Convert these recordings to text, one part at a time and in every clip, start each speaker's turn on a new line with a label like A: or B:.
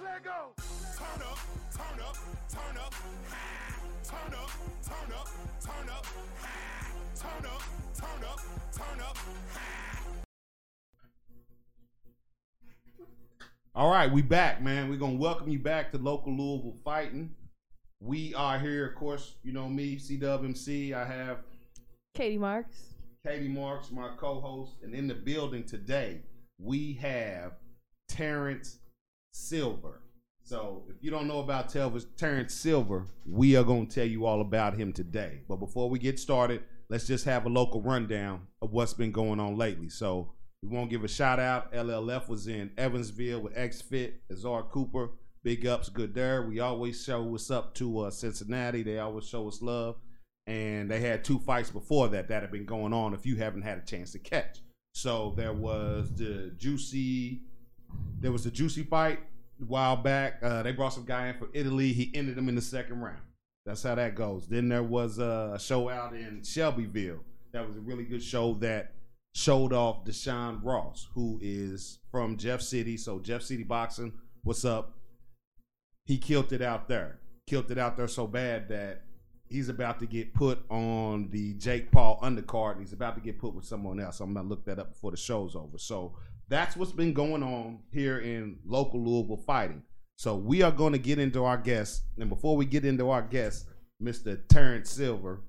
A: There it go.
B: Turn up, turn up, turn up, high. Turn up, turn up, turn up, high. Turn up, turn up, turn up, high.
C: All right, we back, man. We're gonna welcome you back to local Louisville fighting. We are here, of course. You know me, CWMC. I have
D: Katie Marks.
C: Katie Marks, my co-host, and in the building today we have Terrence Silver. So if you don't know about Telvis, Terrence Silver, we are gonna tell you all about him today. But before we get started, let's just have a local rundown of what's been going on lately. So we want to give a shout out. LLF was in Evansville with X Fit, Azar Cooper. Big ups, good there. We always show what's up to uh, Cincinnati. They always show us love. And they had two fights before that that have been going on if you haven't had a chance to catch. So there was the juicy, there was the juicy fight a while back. Uh, they brought some guy in from Italy. He ended him in the second round. That's how that goes. Then there was uh, a show out in Shelbyville. That was a really good show that showed off Deshaun Ross, who is from Jeff City. So Jeff City boxing, what's up? He killed it out there. Killed it out there so bad that he's about to get put on the Jake Paul undercard. and He's about to get put with someone else. I'm gonna look that up before the show's over. So that's what's been going on here in local Louisville fighting. So we are going to get into our guest, and before we get into our guest, Mr. Terrence Silver,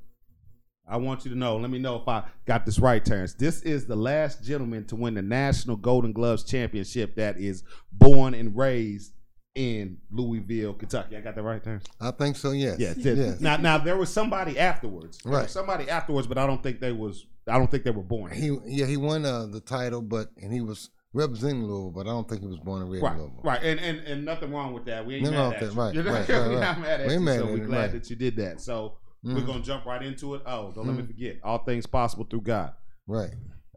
C: I want you to know. Let me know if I got this right, Terrence. This is the last gentleman to win the National Golden Gloves Championship that is born and raised in Louisville, Kentucky. I got that right, Terrence.
E: I think so. Yes.
C: Yes. yes. Now, now there was somebody afterwards. There was
E: Right.
C: somebody afterwards, but I don't think they was. I don't think they were born. here.
E: He yeah he won uh, the title, but and he was representing Louisville, but I don't think he was born and raised in
C: Right,
E: Louisville.
C: right, and, and and nothing wrong with that. We ain't
E: No,
C: mad
E: no,
C: at
E: okay,
C: you.
E: right,
C: you know,
E: right,
C: we're
E: right, right.
C: not mad at
E: We
C: you,
E: ain't mad
C: so
E: at
C: we're
E: it,
C: glad
E: right.
C: that you did that. So we're
E: Mhm.
C: gonna jump right into it. Oh, don't
E: Mm-hmm.
C: let me forget. All things possible through God.
E: Right.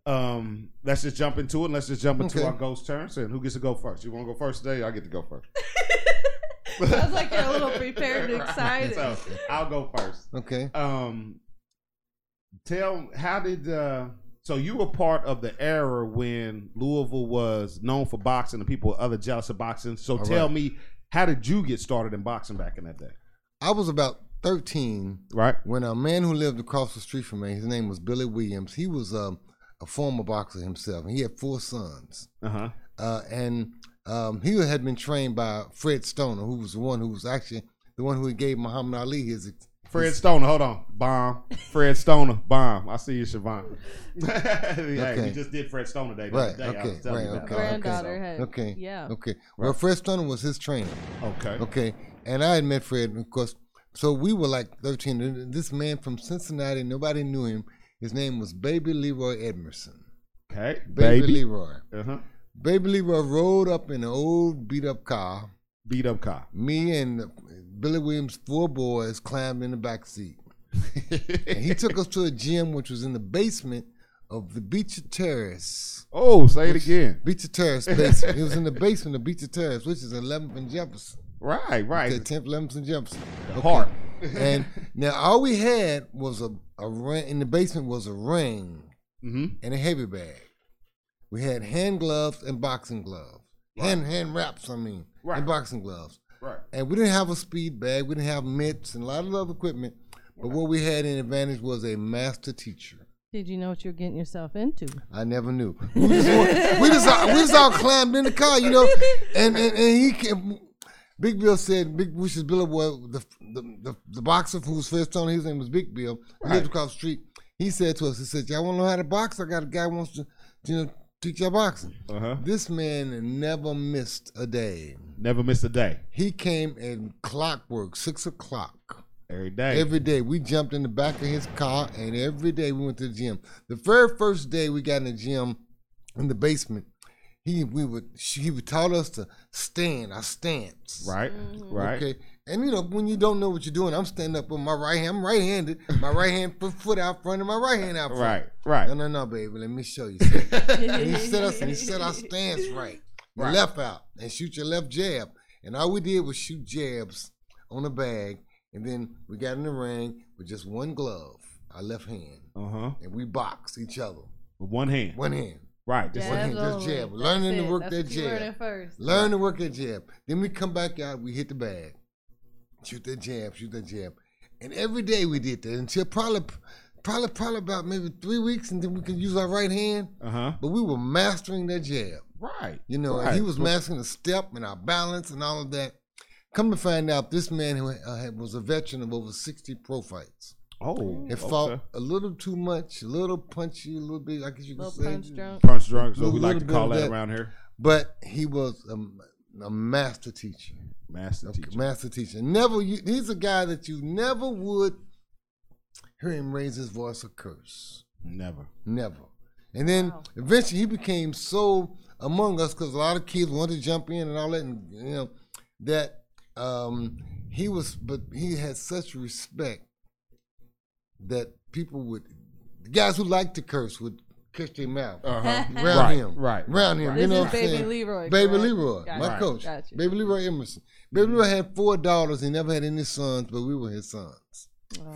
C: Um, let's just jump into it. Let's just jump into
E: Okay.
C: our ghost turns. And who gets to go first? You want to go first today? I get to go first.
D: Sounds like you're a little prepared and
C: Right.
D: excited.
E: Oh,
C: So I'll go first
E: Okay.
C: um tell how did uh so you were part of the era when Louisville was known for boxing and people were other jealous of boxing. So
E: All
C: tell
E: right.
C: me, how did you get started in boxing back in that day?
E: I was about thirteen
C: Right?
E: when a man who lived across the street from me, his name was Billy Williams. He was um, a former boxer himself, and he had four sons.
C: Uh-huh.
E: Uh, and um, he had been trained by Fred Stoner, who was the one who was actually the one who gave Muhammad Ali his.
C: Fred Stoner, hold on. Bomb. Fred Stoner, bomb. I see you, Siobhan. yeah,
E: Okay.
C: we just did Fred Stoner Day. the
E: Right,
C: other day. I
E: okay,
C: was telling you
E: right,
C: about
E: okay.
C: that.
D: Granddaughter had.
E: Okay.
D: Yeah.
E: Okay. Well, Fred Stoner was his trainer.
C: Okay.
E: Okay. And I had met Fred, of course. So we were like 13. And This man from Cincinnati, nobody knew him. His name was Baby Leroy Edmerson.
C: Okay.
E: Baby,
C: Baby.
E: Leroy.
C: Uh-huh.
E: Baby Leroy rode up in an old beat up car.
C: Beat up cop.
E: Me and Billy Williams' four boys climbed in the back seat. And he took us to a gym which was in the basement of the Beecher Terrace.
C: oh, say it again.
E: Beecher Terrace basement. it was in the basement of Beecher Terrace, which is 11th and Jefferson.
C: Right, right.
E: The 10th, 11th and Jefferson. Okay.
C: Heart.
E: and now all we had was a, a ring in the basement was a ring
C: Mm-hmm.
E: and a heavy bag. We had hand gloves and boxing gloves. Hand hand wraps, I mean,
C: Right.
E: and boxing gloves.
C: Right.
E: And we didn't have a speed bag, we didn't have mitts and a lot of other equipment. But what we had in advantage was a master teacher.
D: Did you know what you're getting yourself into?
E: I never knew. We just, wa- we just, all, we just all climbed in the car, you know, and and, and he came, Big Bill said, Big, which is Bill, well, the, the the the boxer who was first on, his name was Big Bill, who lived across the street. He said to us, he said, "Y'all want to know how to box? I got a guy who wants to, you know, teach y'all boxing."
C: Uh-huh.
E: This man never missed a day.
C: Never missed a day.
E: He came at clockwork, six o'clock.
C: Every day.
E: Every day we jumped in the back of his car, and every day we went to the gym. The very first day we got in the gym, in the basement, he we would she, he would taught us to stand our stance.
C: Right, right.
E: Mm-hmm. Okay. And you know when you don't know what you're doing, I'm standing up with my right hand. I'm right-handed. My right hand foot foot out front, and my right hand out front.
C: Right,
E: No,
C: right.
E: no, no, baby. Let me show you. something. and he set us and he set our stance right, Your
C: Right.
E: left out, and shoot your left jab. And all we did was shoot jabs on the bag, and then we got in the ring with just one glove, our left hand,
C: Uh huh.
E: and we boxed each other,
C: With one hand.
E: one hand.
C: Right. Just
E: Yeah.
C: like-
E: working, just
D: absolutely.
E: jab. Learning to
D: it.
E: work
D: That's
E: that
D: what you
E: jab.
D: Learning first.
E: Learn to work that jab. Then we come back out, we hit the bag. Shoot that jab, shoot that jab. And every day we did that until probably probably probably about maybe three weeks and then we could use our right hand.
C: uh-huh.
E: But we were mastering that jab.
C: Right.
E: You know, and
C: Right.
E: he was mastering the step and our balance and all of that. Come to find out, this man who uh, had- was a veteran of over 60 pro fights.
C: Oh.
E: It fought a little too much, a little punchy, a little bit, I guess you could
D: Little
E: say.
D: punch drunk.
C: Punch drunk, so
E: Little-
C: we like to
E: little bit
C: call
E: of
C: that
E: that.
C: around here.
E: But he was a, a master teacher.
C: Master
E: Okay,
C: teacher.
E: Master teacher. Never. You, he's a guy that you never would hear him raise his voice or curse.
C: Never.
E: Never. And then
D: Wow.
E: eventually he became so among us because a lot of kids wanted to jump in and all that, and you know that um, he was. But he had such respect that people would, the guys who liked to curse would curse their mouth
C: Uh-huh.
E: round
C: Right,
E: him,
C: right,
E: round him.
C: right.
E: You
D: This
E: know
D: is
E: what I'm
D: Baby
E: saying?
D: Leroy,
E: Baby
D: correct?
E: Leroy,
D: Got
E: my
C: you,
E: coach.
D: got you.
E: Baby Leroy Emerson. Baby Leroy had four daughters. He never had any sons, but we were his sons.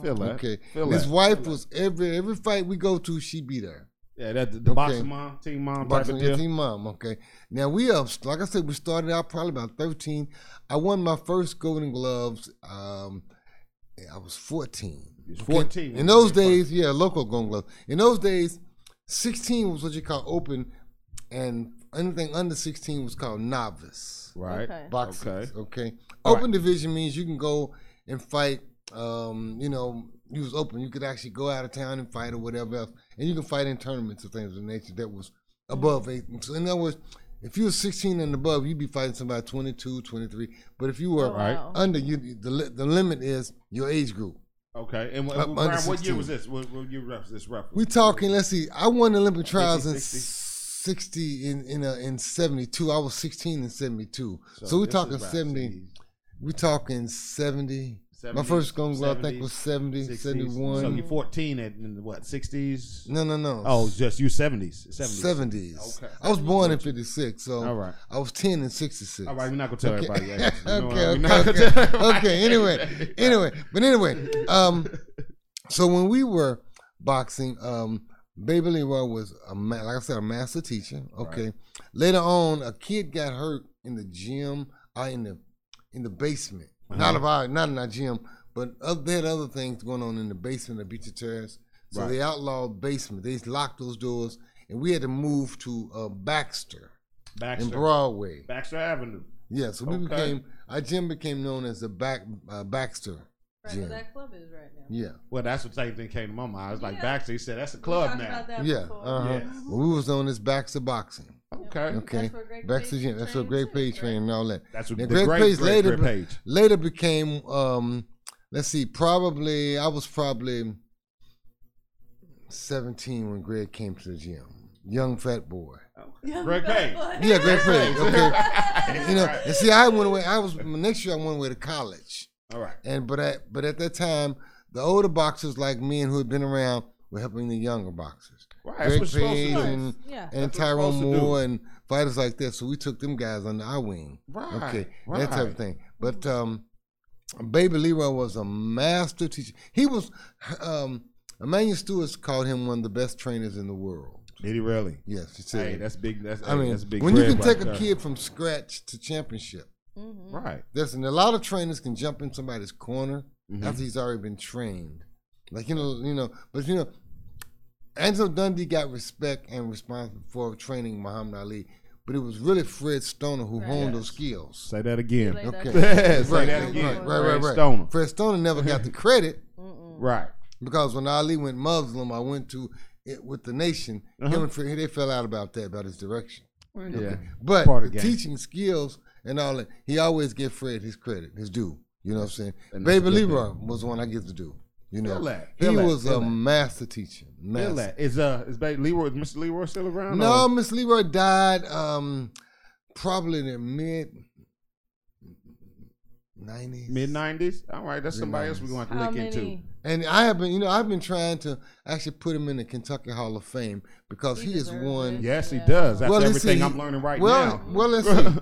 C: Feel that.
E: Okay.
C: Feel
E: his
C: that.
E: wife was every every fight we go to, she be there.
C: Yeah, that the, the boxing
E: Okay.
C: mom, team mom type
E: Boxing
C: of deal.
E: team mom. Okay. Now we up. Like I said, we started out probably about thirteen. I won my first Golden Gloves. Um, I was fourteen.
C: He was
E: Okay?
C: 14 when
E: In
C: he
E: those
C: did
E: days, yeah, local Golden Gloves. In those days, sixteen was what you call open, and anything under sixteen was called novice
C: Right.
D: Okay.
E: boxing.
C: Okay.
E: Okay.
C: All
E: Open division means you can go and fight. Um, you know, you was open. You could actually go out of town and fight or whatever else, and you can fight in tournaments or things of the nature that was above eight. So in other words, if you were 16 and above, you'd be fighting somebody 22, 23. But if you were
D: Oh, wow.
E: under, you the li- the limit is your age group.
C: Okay. And what,
E: Up
C: what,
E: Uh, under
C: Brian, what year
E: 16.
C: was this? What, what year was this roughly?
E: We talking. Let's see. I won the Olympic trials in
C: 60.
E: 60 in in, uh, in 72. I was 16 in 72. So, we're
C: this is
E: talking
C: around
E: 70.
C: 60s.
E: We're talking 70.
C: 70,
E: My first Golden Glove, I think, was 70,
C: 60s.
E: 71.
C: So you're 14 at in the, what, 60s?
E: no, no, no.
C: Oh, just you 70s. 70s.
E: 70s.
C: Okay.
E: I was born in 56, so
C: All right.
E: I was 10 in 66.
C: All right, we're not going to tell everybody. that. You know what?
E: okay,
C: We're
E: okay,
C: not gonna
E: okay.
C: tell everybody.
E: okay. Anyway, anyway, but anyway, um, so when we were boxing, um, Baby Leroy was a ma- like I said, a master teacher. Okay. Later on, a kid got hurt in the gym, uh, in the in the basement.
C: Uh-huh.
E: Not of our, not in our gym, but oth- they had other things going on in the basement of Beach of Terrace. So
C: Right.
E: they outlawed basement. They locked those doors, and we had to move to uh, Baxter,
C: Baxter,
E: in Broadway.
C: Baxter Avenue.
E: Yeah, so we
C: Okay.
E: became our gym became known as the back uh, Baxter
D: Right
E: gym.
D: where that club is right now.
E: Yeah,
C: Well, that's the same thing came to my mind. I was like,
D: Yeah.
C: Baxter, he said, that's a
D: We
C: club
D: talked
C: now.
D: about that
E: yeah.
D: before.
E: Uh huh.
C: Yes.
E: Well, we was known as Baxter Boxing.
C: Okay.
D: Yep.
E: Okay,
D: That's where Greg
E: Baxter
D: Page
E: gym. That's where
D: trained
E: Greg
D: too,
E: Page
D: right?
E: trained and all that.
C: That's what
E: Now,
C: the great, great, great,
E: later
C: great page.
E: later became um, let's see, probably I was probably seventeen when Greg came to the gym. Young fat boy.
D: Yeah,
C: Greg
D: but-
C: Page.
D: but-
E: Yeah, Greg Page. Okay, you know.
C: Right.
E: And see, I went away. I was next year. I went away to college.
C: All right.
E: And but at but at that time, the older boxers like me and who had been around were helping the younger boxers.
C: Right, that's what you're supposed to
E: Page
C: do.
E: and,
D: Yeah.
E: and
C: That's what you're
E: Tyrone
C: supposed to do.
E: Moore and fighters like that. So we took them guys under our wing.
C: Right,
E: Okay.
C: right.
E: That type of thing. But um Baby Leroy was a master teacher. He was um Emmanuel Stewart called him one of the best trainers in the world.
C: Did he really?
E: Yes, he said.
C: Hey, that's big. That's
E: I mean,
C: that's big.
E: when you
C: bread
E: can take
C: right
E: a
C: there.
E: kid from scratch to championship,
C: right?
E: Listen, a lot of trainers can jump in somebody's corner
C: Mhm.
E: after he's already been trained. Like you know, you know, but you know, Angelo Dundee got respect and responsible for training Muhammad Ali, but it was really Fred Stoner who
D: Right.
E: honed those skills.
C: Say that again.
D: Like that.
E: Okay.
C: Say
E: Right,
C: that again.
E: right, right, right,
C: Fred
E: right.
C: Stoner.
E: Fred Stoner never got the credit
C: Right.
E: because when Ali went Muslim, I went to it with the nation.
C: Uh-huh.
E: Him and Fred, they fell out about that, about his direction.
C: Yeah.
E: But
C: Part
E: the
C: of the game.
E: teaching skills and all that, he always give Fred his credit, his due. You know what I'm saying?
C: And that's
E: Baby
C: a good
E: Leroy was the one I give the due. You know,
C: Feel that,
E: he
C: feel that,
E: was
C: feel
E: a
C: that.
E: master teacher.
C: Feel
E: Master.
C: that. Is uh is Ba- Leroy is Mr. Leroy still around?
E: No,
C: or-
E: Miss Leroy died um, probably in the mid nineties.
C: Mid nineties. All right, that's somebody else we're gonna
D: How
C: have to look into.
D: many?
E: And I have been, you know, I've been trying to actually put him in the Kentucky Hall of Fame because
D: He
E: he is
D: deserves
E: one.
D: it.
C: Yes, he
D: Yeah.
C: does. That's
E: let's
C: everything
E: see.
C: I'm learning right
E: well,
C: now.
E: Well, let's see.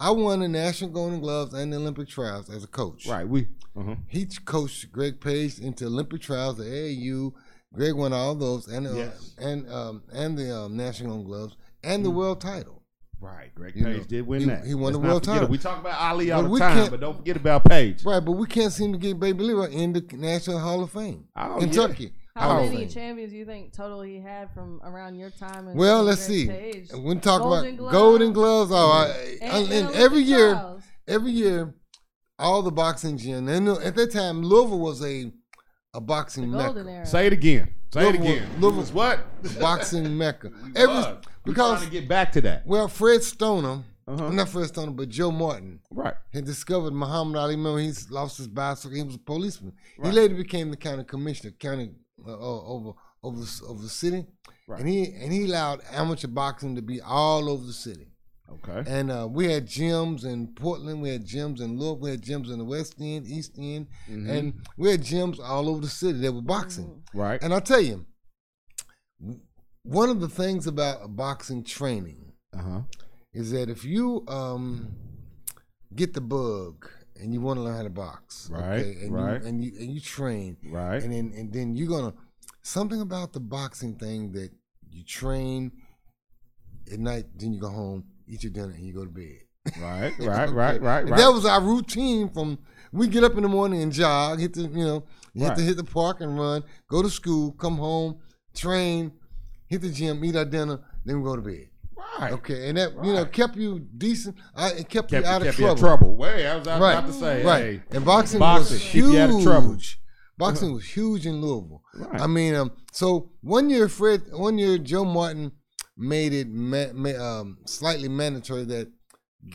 E: I won the National Golden Gloves and the Olympic Trials as a coach.
C: right. We. Uh-huh.
E: He t- coached Greg Page into Olympic trials, the AAU. Greg won all those and uh,
C: Yes. Mm.
E: and um, and the um, national gloves and the world title.
C: Right, Greg
E: You
C: Page
E: know,
C: did win
E: he-
C: that.
E: he won the
C: Let's not
E: world
C: forget it.
E: title.
C: We talk about Ali
E: But
C: all the
E: we
C: time,
E: can't-
C: but don't forget about Page.
E: Right, but we can't seem to get Baby Leroy in the National Hall of Fame.
C: Oh,
E: Kentucky.
D: How
E: Hall of
D: many
E: Fame.
D: champions do you think total he had from around your time? and
E: Well,
D: from
E: let's
D: Greg
E: see.
D: Page?
E: We talk
D: Golden
E: about
D: Glove.
E: Golden Gloves. Oh, I,
D: And-
E: and,
D: and
E: every
D: Olympic
E: year,
D: trials.
E: every year, all the boxing gym. And at that time, Louisville was a a
D: the
E: boxing
D: golden
E: mecca.
D: era.
C: Say it again. Say it
E: Louisville-
C: again.
E: Louisville-
C: Louis what?
E: Boxing mecca.
C: We was.
E: Every
C: We
E: because
C: trying to get back to that.
E: well, Fred Stoner,
C: Uh-huh.
E: not Fred Stoner, but Joe Martin
C: Right.
E: had discovered Muhammad Ali. Remember, he lost his bicycle. He was a policeman.
C: Right.
E: He later became the county commissioner, county uh, uh, over over over the city,
C: Right.
E: and he and he allowed amateur boxing to be all over the city.
C: Okay.
E: And uh, we had gyms in Portland, we had gyms in Louisville, we had gyms in the West End, East End,
C: Mm-hmm.
E: and we had gyms all over the city that were boxing.
C: Right.
E: And I'll tell you, w- one of the things about boxing training
C: Uh huh.
E: is that if you um, get the bug and you want to learn how to box,
C: Right,
E: and
C: right.
E: you, and you and you train,
C: Right.
E: and then and then you're gonna something about the boxing thing that you train at night, then you go home, eat your dinner, and you go to bed.
C: Right. Right.
E: Okay.
C: Right. Right.
E: And
C: Right.
E: That was our routine from we get up in the morning and jog, hit the you know, you have to
C: Right.
E: hit the park and run, go to school, come home, train, hit the gym, eat our dinner, then we go to bed.
C: right.
E: Okay, and that you know
C: Right.
E: kept you decent. I, it kept,
C: Kept,
E: you
C: kept
E: out of
C: you
E: trouble.
C: in trouble. Wait, I was I was
E: Right,
C: about to say.
E: right.
C: hey.
E: And boxing,
C: Boxing
E: was
C: keep
E: huge.
C: you out of trouble.
E: Boxing was huge in Louisville.
C: Right.
E: I mean, um, so one year Fred, one year Joe Martin made it ma- ma- um, slightly mandatory that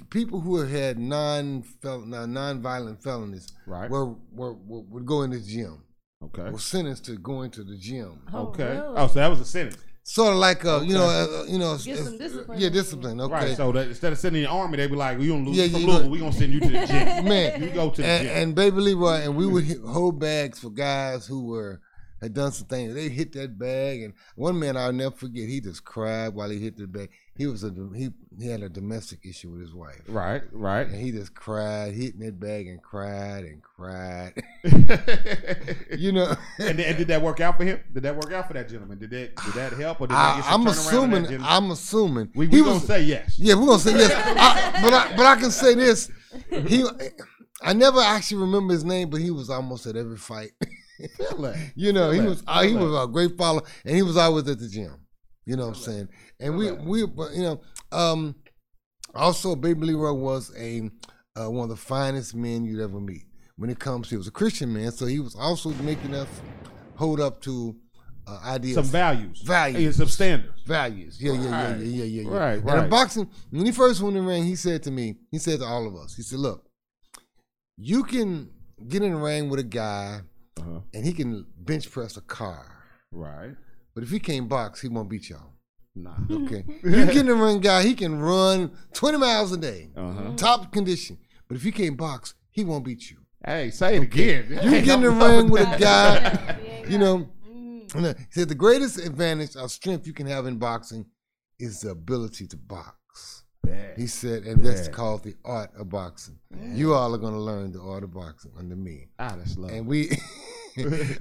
E: people who have had non non-violent felonies
C: Right.
E: were, were, were would go in the gym.
C: Okay.
E: Were sentenced to going to the gym.
D: Oh,
C: okay.
D: really?
C: Oh, so that was a sentence.
E: Sort of like uh, you know, uh, uh, you know,
D: Get
E: it's-
D: some discipline.
E: Yeah, discipline. Okay.
C: Right. So that instead of sending you in the army, they'd be like, "You don't lose
E: Yeah,
C: from
E: you
C: Louisville.
E: look-
C: We gonna send you to the gym.
E: Man,
C: You go to the
E: and,
C: gym.
E: and Baby Leroy, and we would hit, hold bags for guys who were had done some things. They hit that bag, and one man I'll never forget. He just cried while he hit the bag. He was a he he had a domestic issue with his wife,
C: right. Right.
E: and he just cried, hitting that bag, and cried and cried.
C: and,
E: you know,
C: and did that work out for him? Did that work out for that gentleman? Did that did that help or did that
E: I,
C: get some turnaround
E: I'm
C: on that
E: assuming.
C: gentleman?
E: I'm assuming
C: we we gonna say yes.
E: Yeah, we're gonna say yes. I, but I, but I can say this. He, I never actually remember his name, but he was almost at every fight. you know, he
C: Feel
E: was
C: that.
E: uh, he
C: Feel
E: was a great follower, and he was always at the gym. You know what I'm saying? And we
C: Feel that.
E: we but, you know um, also Baby Leroy was a uh, one of the finest men you'd ever meet. When it comes, he was a Christian man, so he was also making us hold up to uh, ideas.
C: Some values.
E: Values.
C: Yeah, Some standards.
E: Values. Yeah, yeah, yeah,
C: Right.
E: yeah, yeah, yeah, yeah.
C: Right,
E: and
C: right.
E: in boxing, when he first won the ring, he said to me, he said to all of us, he said, Look, you can get in the ring with a guy
C: Uh-huh.
E: and he can bench press a car.
C: Right.
E: But if he can't box, he won't beat y'all.
C: Nah.
E: Okay. you get in the ring guy, he can run 20 miles a day.
C: Uh-huh.
E: Top condition. But if he can't box, he won't beat you.
C: Hey, say it again.
E: You
C: Hey,
E: get in the
C: I'm loving
E: ring with
C: that.
E: a guy,
D: Yeah, yeah.
E: you know,
D: Mm.
E: And, uh, He said the greatest advantage or strength you can have in boxing is the ability to box. He said, and that's
C: Yeah.
E: called the art of boxing. You all are going to learn the art of boxing under me.
C: Ah, that's love.
E: And we,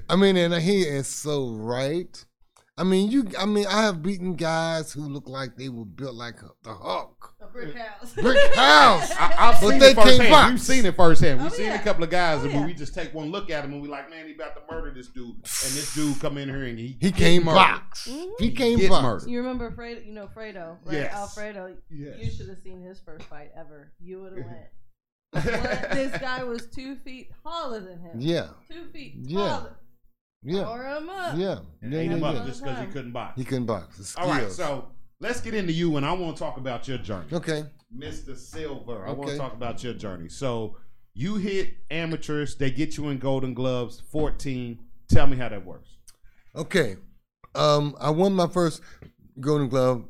E: I mean, and he is so right. I mean, you. I mean, I have beaten guys who look like they were built like the Hulk,
D: A brick house.
E: brick house.
C: I, have
E: But
C: seen
E: they
C: it
E: can't
C: firsthand.
E: box.
C: We've seen it firsthand. We've
D: Oh,
C: seen
D: yeah.
C: a couple of guys,
D: Oh,
C: and when
D: yeah.
C: we just take one look at him, and we like, man, he about to murder this dude. And this dude come in here and he
E: He
C: get
E: can't
C: murdered.
E: box.
D: Mhm.
E: He can't
C: Get
E: box.
C: murdered.
D: You remember Fredo, you know Fredo, right?
C: Yes.
D: Alfredo. You
C: Yes.
D: should have seen his first fight ever. You would have went. What? this guy was two feet taller than him.
E: Yeah,
D: Two feet
E: Yeah.
D: taller.
E: yeah,
D: Or him
E: yeah.
D: up.
E: yeah,
C: And
E: yeah,
C: ate him
E: yeah.
C: up just because Oh, he couldn't box.
E: He couldn't box. The
C: All right,
E: skills.
C: so let's get into you, and I want to talk about your journey.
E: okay.
C: Mr. Silver. I want to
E: Okay.
C: talk about your journey. So you hit amateurs, they get you in golden gloves, 14. Tell me how that works.
E: Okay. Um, I won my first Golden Glove.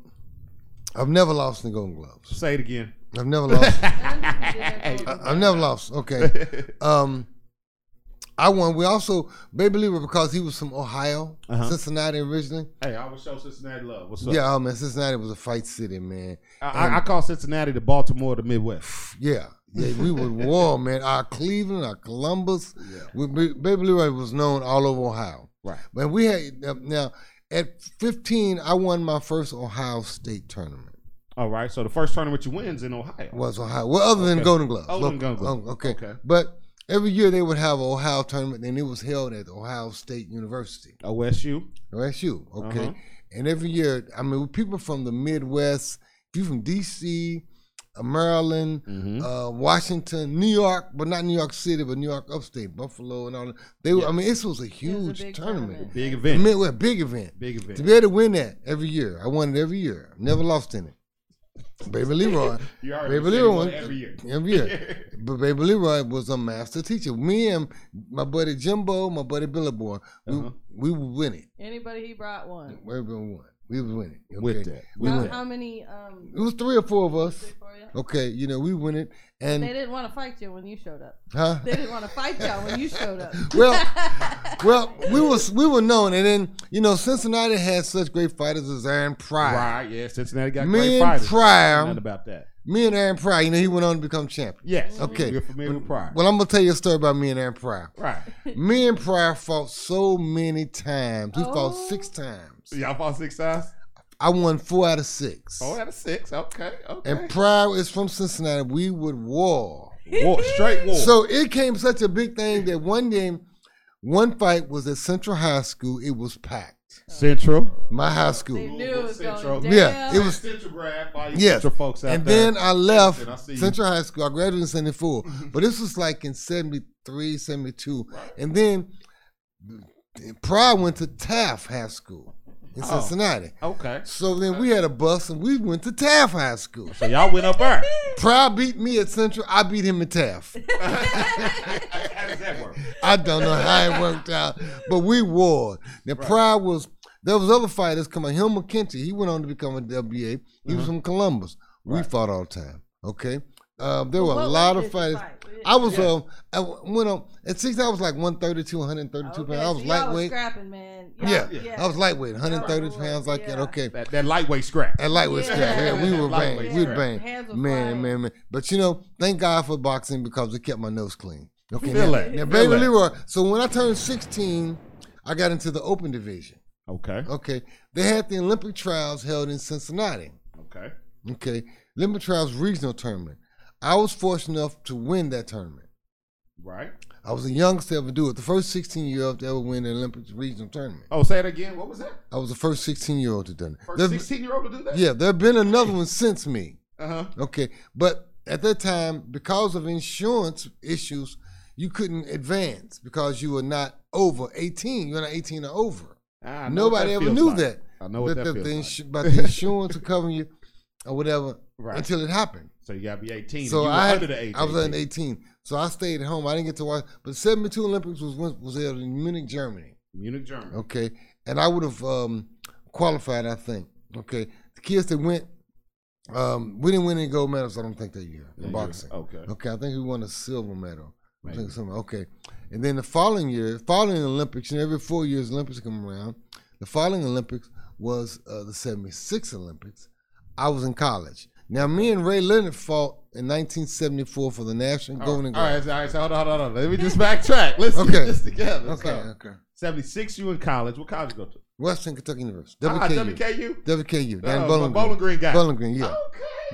E: I've never lost in the Golden Gloves.
C: Say it again.
E: I've never lost. I-
D: Yeah.
E: I've never lost. Okay. Um, I won. We also Baby Leroy because he was from Ohio,
C: Uh-huh.
E: Cincinnati originally.
C: Hey, I will show Cincinnati love. What's up?
E: yeah, oh man, Cincinnati was a fight city, man.
C: I, I, I call Cincinnati the Baltimore of the Midwest.
E: Yeah, yeah, we were warm, man. Our Cleveland, our Columbus,
C: Yeah.
E: we, we- Baby Leroy was known all over Ohio.
C: Right.
E: But we had now At 15, I won my first Ohio State tournament.
C: All right. So the first tournament you win's in Ohio.
E: Was Ohio. Well, other than
C: Okay.
E: Golden Gloves.
C: Other than
E: Local-
C: Golden Gloves.
E: oh, Okay.
C: Okay.
E: But every year they would have an Ohio tournament, and it was held at Ohio State University.
C: OSU.
E: OSU, okay?
C: Uh-huh.
E: And every year, I mean, people from the Midwest, if you from DC, uh, Maryland,
C: Mm-hmm.
E: uh, Washington, New York, but not New York City, but New York upstate, Buffalo, and all that. They were, I mean, this was a huge
D: big
E: tournament.
C: Big
E: I
C: event.
E: mean, it was a big event.
C: Big
E: To
C: event.
E: be able to win that every year, I won it every year. I never lost in it. Baby Leroy,
C: You
E: Baby
C: said you
E: Leroy
C: won
E: won.
C: every year.
E: every year. But Baby Leroy was a master teacher. Me and my buddy Jimbo, my buddy Billboard, we,
C: Uh-huh.
E: we would win it.
D: Anybody he brought one.
E: Everyone won. We was winning. Okay?
C: With that.
E: We
D: how,
E: win.
D: how many? Um,
E: It was three or four of us.
D: for you?
E: Okay, you know, we win it.
D: They
E: And,
D: didn't want to fight you when you showed up.
E: huh?
D: They didn't want to fight y'all when you showed up.
E: Well, well, we was we were known, and then you know Cincinnati had such great fighters as Aaron Pryor.
C: Right. Yeah. Cincinnati got
E: Me
C: great
E: and
C: fighters.
E: Pryor.
C: Nothing about that.
E: Me and Aaron Pryor, you know, he went on to become champion.
C: Yes.
E: Okay.
C: You're familiar with Pryor.
E: Well, I'm gonna tell you a story about me and Aaron Pryor.
C: right.
E: Me and Pryor fought so many times. We fought
D: Oh.
E: six times.
C: Y'all fought six times.
E: I won four out of six.
C: Oh, out of six. Okay. Okay.
E: and Pryor is from Cincinnati. We would war.
C: war, straight war.
E: So it came such a big thing that one day, one fight was at Central High School. It was packed.
C: Central.
E: My high
D: they
E: school.
D: knew it was
C: Central.
D: going down.
E: Yeah, it was
C: Central grad. all you
E: Yes.
C: Central folks out
E: and
C: there.
E: then I left
C: Listen, I see you. Mm-hmm.
E: Central High School. I graduated in 74. but this was like in 73, 72. And then Pryor went to Taft High School in
C: Oh.
E: Cincinnati.
C: okay.
E: So then we had a bus and we went to Taft High School.
C: So y'all went up there.
E: Pryor beat me at Central. I beat him at Taft.
C: How does that work?
E: I don't know how it worked out, but we won. Now Pryor was there was other fighters coming. Hill McKenty, he went on to become a WA. He was from Columbus. We
C: Mm-hmm. Right.
E: fought all the time. Okay, uh, there were
D: What
E: a
D: weight
E: lot
D: did
E: of
D: you
E: fighters.
D: fight?
E: I was
C: Yeah.
E: um, I went on at six. I was like 132, 132
D: Okay,
E: pounds. I
D: so
E: was
D: y'all
E: lightweight.
D: scrapping, man. Y'all-
E: yeah.
C: yeah.
E: I was lightweight, 130
D: Y'all were-
E: pounds like that.
D: Oh, yeah.
E: Okay,
C: That, that lightweight scrap.
E: at lightweight
D: Yeah.
E: scrap. Yeah, we were
C: Lightweight
E: bang. We were
C: scrap.
E: bang.
D: Hands were
E: Man,
D: flying.
E: man, man. But you know, thank God for boxing because it kept my nose clean. Okay,
C: Feel
E: now,
C: it.
E: now
C: Feel
E: baby
C: it.
E: Leroy. So when I turned 16, I got into the open division.
C: Okay.
E: Okay. They had the Olympic trials held in Cincinnati.
C: Okay.
E: Okay. Olympic trials regional tournament. I was fortunate enough to win that tournament.
C: Right.
E: I was the youngest to ever do it. The first 16 year old to ever win the Olympic regional tournament.
C: Oh, say it again. What was that?
E: I was the first 16 year old to do it.
C: First
E: There's-
C: 16 year old to do that?
E: Yeah, there have been another one since me.
C: Uh huh.
E: Okay, but at that time, because of insurance issues, you couldn't advance because you were not over 18. You're not 18 or over.
C: Ah, I know what
E: Nobody
C: that
E: ever
C: feels
E: knew
C: like.
E: that.
C: I know what that
E: the,
C: feels
E: the
C: like.
E: insu- But the insurance would cover you or whatever
C: Right.
E: until it happened.
C: So you gotta be 18.
E: So
C: you
E: I,
C: were
E: had-
C: under the age.
E: I was
C: 18.
E: under 18. So I stayed at home. I didn't get to watch. But 72 Olympics was was was held in Munich, Germany.
C: Munich, Germany.
E: Okay, and I would have um, qualified. I think. Okay, the kids that went, um, we didn't win any gold medals. I don't think that year in
C: Yeah,
E: boxing.
C: Okay.
E: Okay, I think we won a silver medal. I
C: Maybe.
E: think something. Okay, and then the following year, following the Olympics, and every four years Olympics come around. The following Olympics was uh, the '76 Olympics. I was in college. Now, me and Ray Leonard fought in 1974 for the national
C: All
E: Golden
C: right, Oh, all right,
E: Gloves.
C: so- all right, so hold on, hold on, hold on. Let me just backtrack. Let's
E: Okay.
C: get this together.
E: Okay,
C: So,
E: okay.
C: 76, you in college. What college you go to?
E: Western Kentucky University.
C: Ah,
E: WKU.
C: WKU?
E: WKU. Down
C: Uh,
E: in Bowling,
C: Bowling Green guy.
E: Bowling Green, yeah.
C: Okay.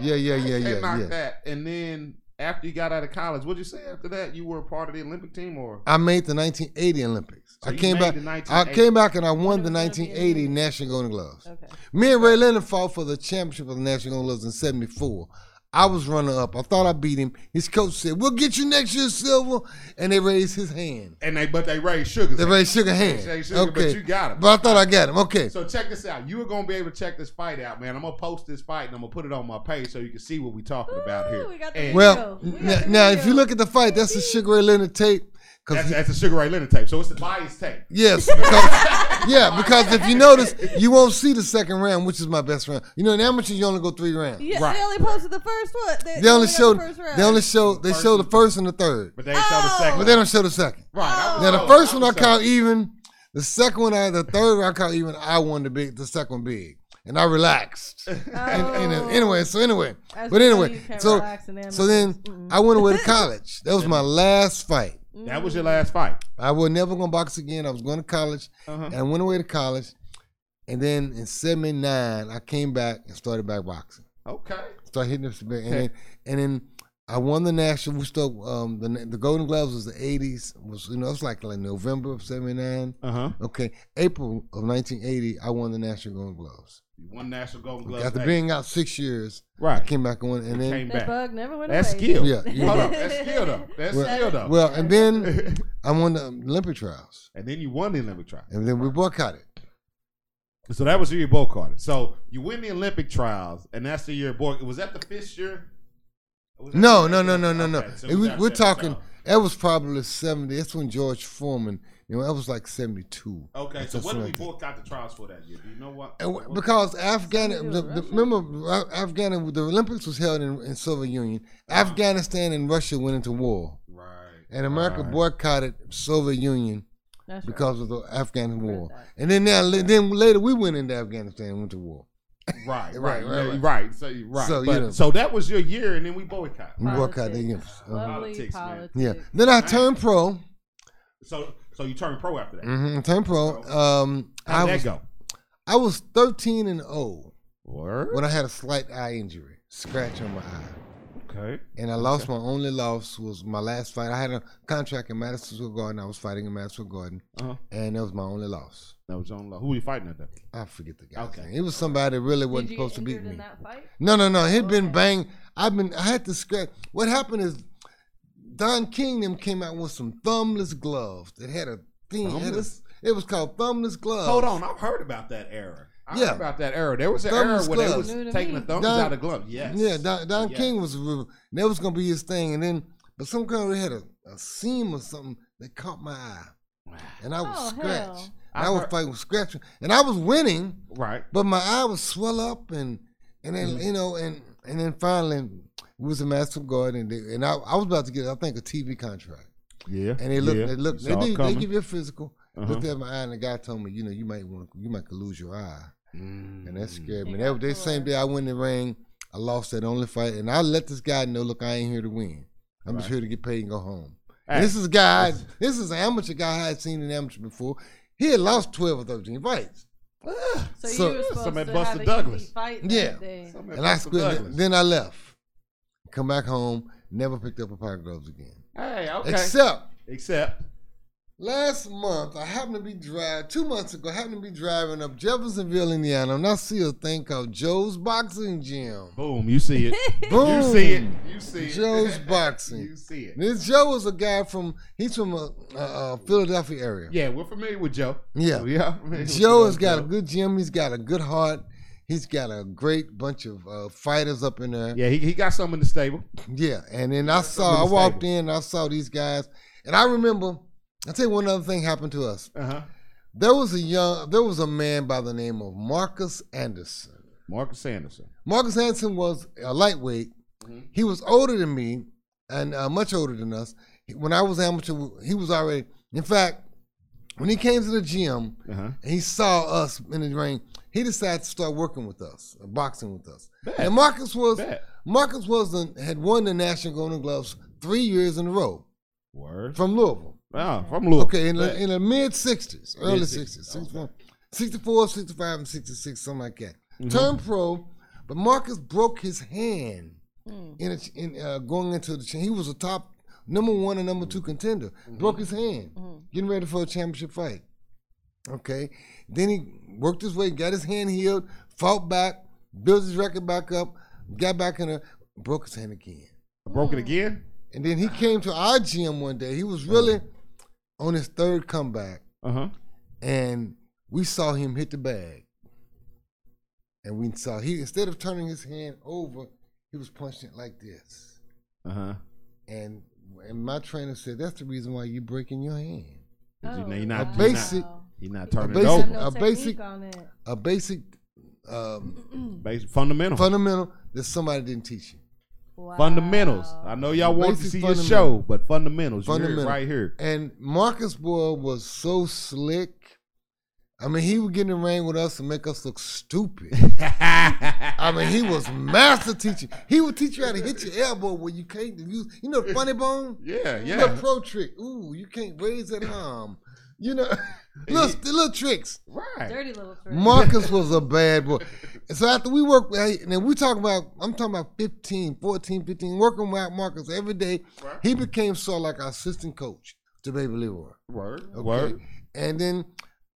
E: Yeah, yeah, yeah,
C: Can't
E: yeah,
C: knock
E: yeah.
C: that. And then after you got out of college, what'd you say after that? You were a part of the Olympic team or?
E: I made the 1980 Olympics.
C: So
E: I
C: you
E: came
C: made
E: back.
C: the
E: I
C: 1980.
E: came back and I won
D: It
E: the
D: was gonna be
E: 1980
D: amazing.
E: National Golden Gloves.
D: Okay.
E: Me and Ray Leonard fought for the championship of the National Golden Gloves in '74. I was runner up. I thought I beat him. His coach said, "We'll get you next year, Silver," and they raised his hand.
C: And they, but they raised sugar.
E: They raised sugar hand.
C: Shake Sugar,
E: okay,
C: but you got him.
E: But I thought I got him. Okay,
C: So check this out. You are gonna be able to check this fight out, man. I'm gonna post this fight and I'm gonna put it on my page so you can see what we talking about
D: Ooh,
C: here.
D: we got the
C: And
E: well
D: We got
E: now,
D: the
E: now if
D: video.
E: you look at the fight, that's the Sugar Ray Leonard tape.
C: that's,
E: Because
C: that's a Sugar Ray Leonard tape. So it's the bias tape.
E: Yes, because, yeah, because if you notice, you won't see the second round, which is my best round. You know, in amateur, you only go three rounds.
D: Yeah,
C: Right.
D: they only posted the first one. They,
E: They only
D: got the
E: showed,
D: first round.
E: they only show, they show the first and the third,
C: But they ain't show the
D: Oh.
C: second.
E: but they don't show the second.
C: right. I was
E: Now the
C: told.
E: first
C: I
E: one I
C: was told.
E: call even, the second one I, the third one I call even. I won the big, the second big, and I relaxed. And, and, uh,
D: Oh.
E: anyway, so anyway,
D: As we
E: but
D: know,
E: anyway,
D: you can't
E: so
D: relax in
E: so then
D: animals.
E: I went away to college. That was my last fight.
C: That was your last fight.
E: I was never gonna box again. I was going to college,
C: Uh-huh.
E: and I went away to college. And then in '79, I came back and started back boxing.
C: Okay.
E: Started hitting up some big- and
C: Okay.
E: then, and then I won the national. We still um, the the Golden Gloves was the '80s. Was you know it's like like November of '79.
C: Uh huh.
E: Okay, April of 1980, I won the national Golden Gloves.
C: You won national Golden Gloves.
E: After
C: Hey,
E: being out six years, I
C: right.
E: came back on and then
C: Came
D: That
C: back.
D: bug never went
C: That's
D: away.
C: skill.
E: Yeah, yeah.
C: Hold up. That's skill though. That's
E: Well-
C: skill though.
E: well, and then I won the Olympic trials,
C: and then you won the Olympic trials.
E: and then we boycotted.
C: So that was the year Bo caught it. So you win the Olympic trials, and that's the year Bo. Was that the fifth year? Was that
E: No,
C: the
E: no,
C: fifth
E: no,
C: year?
E: no, no, no.
C: Okay, so
E: It
C: it was
E: was,
C: after
E: we're
C: that,
E: talking.
C: so-
E: That was probably 70. That's when George Foreman. You know, that was like 72.
C: Okay,
E: That's
C: so what did we
E: something like
C: boycott the trials for that year? Do you know what?
E: that. And
C: what-
E: w- Because
D: Something
E: Afghanistan, the,
D: to do
E: the,
D: with
E: remember, Af- Afghanistan, the Olympics was held in, in Soviet Union.
C: Uh-huh.
E: Afghanistan and Russia went into war,
C: right.
E: and America
C: Right.
E: boycotted Soviet Union
D: That's right.
E: because of the Afghan war.
D: that.
E: And then now, then later we went into Afghanistan and went to war.
C: Right,
E: Right,
C: right,
E: right,
C: right,
E: right.
C: right. So you- right.
E: So,
C: So,
E: you know.
C: so that was your year, and then we boycott.
E: We boycotted.
D: Politics.
E: Yes. Uh-huh.
D: Lovely
C: Politics, man.
D: politics.
E: Yeah. Then I turned pro.
C: So, so you turned pro after that.
E: Mm-hmm, turned pro. Um, I
C: How'd that
E: was,
C: go?
E: I was 13 and 0
C: Word.
E: when I had a slight eye injury, scratch on my eye.
C: Okay.
E: And I lost my only loss was my last fight. I had a contract in Madison Square Garden. I was fighting in Madison Square Garden,
C: Uh-huh.
E: and that was my only loss.
C: That was on. low. Who were you fighting at that?
E: I forget the guy's
C: Okay.
E: name. It was somebody that really wasn't
D: Did you
E: supposed
D: get
E: to beat
D: injured
E: me.
D: in that fight?
E: No, no, no. It had been
D: Okay.
E: bang. I've been. I had to scratch. What happened is Don King them came out with some thumbless gloves that had a thing. it had a-
C: Thumbless?
E: It was called thumbless gloves.
C: Hold on, I've heard about that error. I
E: Uh, Yeah.
C: heard about that error. There was an
E: Thumbs
C: error where they
E: gloves.
C: was
D: New to
C: taking
D: me.
C: the thumbs
E: Don-
C: out of gloves. Yes.
E: Yeah, Don, Don
C: Yeah.
E: King was that was gonna be his thing, and then but some kind of had a, a seam or something that caught my eye, and I was
D: Oh,
E: scratched.
D: hell.
E: And I,
C: I
E: was
C: heard-
E: fighting, scratching, and I was winning,
C: Right.
E: but my eye was swell up, and and then
C: Mm.
E: you know, and and then finally we was in Master Garden, and, they, and I, I was about to get I think a TV contract,
C: Yeah.
E: and they looked, they looked, they, did, they give you a physical.
C: Uh-huh.
E: Looked at my eye, and the guy told me, you know, you might want, you might could lose your eye.
C: Mm.
E: And that scared me.
D: It
E: That,
D: got
E: that same
D: sore.
E: day I went in the ring, I lost that only fight. And I let this guy know, look, I ain't here to win. I'm just
C: Right.
E: here to get paid and go home.
C: Hey.
E: And this is a guy, I- this is an amateur guy I had seen in amateur before. He had lost 12 or 13 fights.
D: So,
E: So-
D: you were supposed
C: Somebody
D: to
C: Buster
D: have a
C: Douglas.
D: easy fight
E: Yeah.
D: that day.
E: And I squealed. Then I left. Come back home, never picked up a pair of gloves again.
C: Hey, okay.
E: Except
C: Except.
E: Last month, I happened to be driving, two months ago, I happened to be driving up Jeffersonville, Indiana, and I see a thing called Joe's Boxing Gym.
C: Boom. You see it.
E: Boom.
C: You see it. You see it.
E: Joe's Boxing.
C: you see it.
E: This Joe is a guy from, he's from uh, uh, Philadelphia area.
C: Yeah, we're familiar with Joe.
E: Yeah.
C: We are familiar with
E: Joe has got a
C: Joe.
E: good gym. He's got a good heart. He's got a great bunch of uh, fighters up in there. Yeah.
C: Yeah, he, he got some in the stable.
E: And then I
C: Something
E: saw, I
C: stable.
E: walked in, I saw these guys. And I remember, I'll tell you one other thing happened to us.
C: Uh huh.
E: There was a young, there was a man by the name of Marcus Anderson.
C: Marcus Sanderson.
E: Marcus Anderson was a lightweight. He was older than me and uh, much older than us. When I was amateur, he was already. In fact, when he came to the gym
C: Uh huh.
E: and he saw us in the ring, he decided to start working with us, uh, boxing with us. And Marcus was
C: Bet.
E: Marcus was the, had won the National Golden Gloves three years in a row
C: Word.
E: from Louisville.
C: Ah, from Louisville.
E: Okay, in the, in the mid 60s, early
C: Mid-
E: 60s,
C: okay.
E: 64, 64, 65, and 66, something like that. Turned pro, but Marcus broke his hand in, a, ch- in uh, going into the cha- He was a top number one and number two contender. Broke his hand, getting ready for a championship fight. Okay, then he worked his way, got his hand healed, fought back, built his record back up, got back in a, broke his hand again.
C: Broke it again.
E: And then he came to our gym one day. He was really on his third comeback,
C: Uh huh.
E: and we saw him hit the bag. And we saw he instead of turning his hand over, he was punching it like this.
C: Uh huh.
E: And and my trainer said that's the reason why you breaking your hand.
C: You're
D: Oh,
C: not, you're not,
E: basic-
C: you're not
E: a
C: turning it
E: basic-
D: Had
C: over.
D: no
E: a basic-
D: technique on it.
E: A basic um,
C: Basic fundamental.
E: fundamental that somebody didn't teach you.
D: Wow.
C: fundamentals. I know y'all want to
E: Basic
C: see your
E: fundamental.
C: show, but fundamentals. You hear it
E: Fundamental.
C: right here.
E: And Marcus Boyle was so slick. I mean, he would get in the ring with us and make us look stupid. I mean, he was master teacher. He would teach you how to hit your elbow where you can't use. You know, the funny bone.
C: yeah,
E: You know,
C: yeah.
E: pro trick. Ooh, you can't raise that arm. You know, Little, little tricks.
C: Right.
D: Dirty little trick.
E: Marcus was a bad boy. And so after we worked, hey, and then we talking about, I'm talking about 15, 14, 15, working with Marcus every day.
C: Right.
E: He became sort of like our assistant coach to Baby Leroy.
C: Word.
E: Okay?
C: Word.
E: And then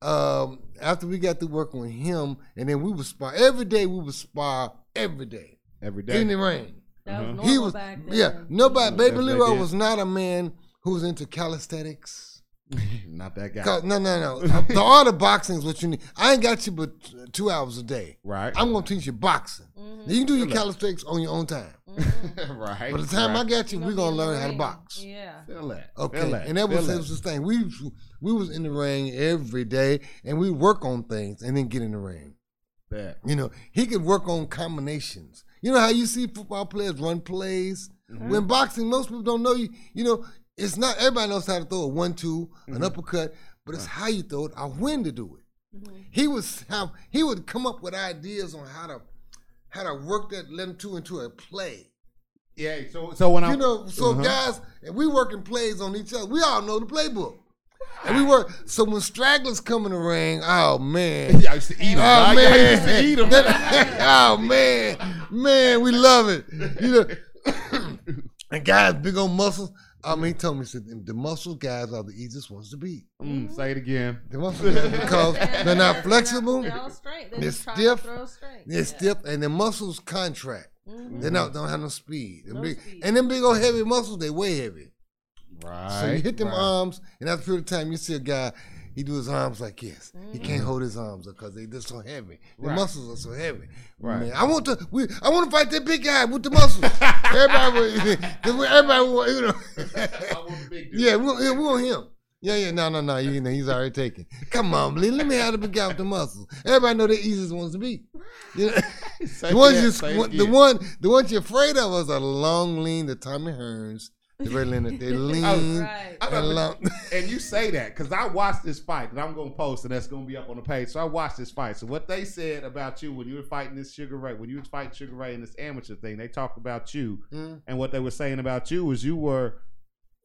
E: um, after we got to working with him, and then we would spar every day. We would spar every day
C: Every
E: in
C: day.
E: the rain.
D: that was
C: Uh-huh.
D: normal
E: He was,
D: back then.
E: yeah. Nobody. Baby
C: That's
E: Leroy
C: like it.
E: was not a man who was into calisthenics.
C: Not that guy.
E: Co- No, no, no. the art of boxing is what you need. I ain't got you but two hours a day.
C: Right.
E: I'm gonna teach you boxing.
D: Mhm.
E: You can do your calisthenics on your own time.
C: right.
E: By the time I
C: right.
E: got you,
D: Mm-hmm.
E: we're
D: be in
E: gonna
D: the
E: learn how to
D: ring.
E: box.
D: Yeah.
C: Feel that.
E: Okay,
C: Feel that.
E: and that was,
C: Feel
E: that was his thing. We we was in the ring every day, and we work on things, and then get in the ring.
C: that.
E: You know, he could work on combinations. You know how you see football players run plays. When boxing, most people don't know you. You know, it's not everybody knows how to throw a one-two, an uppercut, but it's how you throw it, or when to do it. He was how he would come up with ideas on how to how to work that eleven two into a play.
C: Yeah. So so when I
E: You know, so
C: Uh-huh.
E: guys, and we working plays on each other. We all know the playbook. And we work. So when stragglers come in the ring, oh man,
C: Yeah, I used to eat them.
E: Oh
C: I, I used
E: man!
C: to eat them.
E: That- oh man, man, we love it. You know, and guys, big old muscles. I mean, he told me he said the muscle guys are the easiest ones to beat.
C: Mm, say it again.
E: The muscle guys because they're not flexible,
D: They're all straight. They're
E: They're
D: just trying
E: stiff.
D: To throw straight.
E: they're stiff, and the muscles contract.
D: Mhm.
E: They not don't have no speed. Them
D: No
E: big-
D: speed.
E: And them big old heavy muscles, they way heavy.
C: Right.
E: so you hit them uh,
C: right.
E: arms, and after a period of time, you see a guy. He do his arms like this. He can't hold his arms up because they just so heavy. The
C: Mm. Right.
E: muscles are so heavy.
C: Right.
E: Man, I want to. We. I want to fight that big guy with the muscles. everybody. would- 'cause we- Everybody. would, You know. yeah. We. want- yeah, We want him. Yeah. Yeah. No. No. No. You know. He's already taken. Come on, Lee. Let me have the big guy with the muscles. Everybody know the easiest ones to beat. You know?
C: Say
E: the ones
C: that,
E: you.
C: say it
E: squ- The
C: again.
E: one. The ones you're afraid of was a long lean. The Tommy Hearns. The very lean.
C: Oh,
E: They lean.
D: Right.
C: I
E: and
C: remember-
E: long.
C: And you say that because I watched this fight that I'm gonna post and that's gonna be up on the page. So I watched this fight. So what they said about you when you were fighting this Sugar Ray, when you were fighting Sugar Ray in this amateur thing, they talked about you
E: Mm.
C: and what they were saying about you was you were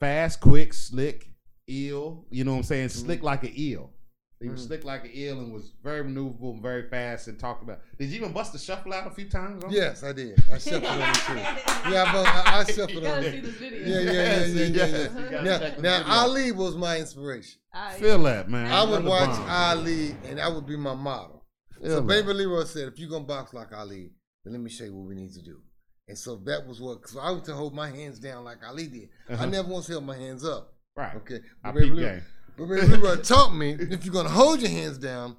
C: fast, quick, slick, ill. You know what I'm saying? Slick like an eel. You were
E: Mhm.
C: slick like an eel and was very maneuverable and very fast and talked about. Did you even bust the shuffle out a few times? on
E: Yes, I did. I shuffled on it too. Yeah, I, bu- I, I
D: You
E: shuffled on
D: gotta
E: it.
D: see this video.
E: Yeah, yeah, yeah, yeah, yeah.
C: Yes, you
E: yeah.
C: gotta
E: Now,
C: check the
E: now
C: video.
E: Ali was my inspiration.
D: I,
C: Feel that, man.
E: I would
C: Another
E: watch
C: bomb.
E: Ali, and that would be my model.
C: Yeah,
E: So
C: man.
E: Baby Leroy said, "If you're gonna box like Ali, then let me show you what we need to do." And so that was what. Because I was to hold my hands down like Ali did. I
C: Uh-huh.
E: never once held my hands up.
C: Right.
E: Okay.
C: I
E: But Baby
C: peep
E: Leroy-
C: game.
E: but Baby Leroy taught me if you're gonna hold your hands down,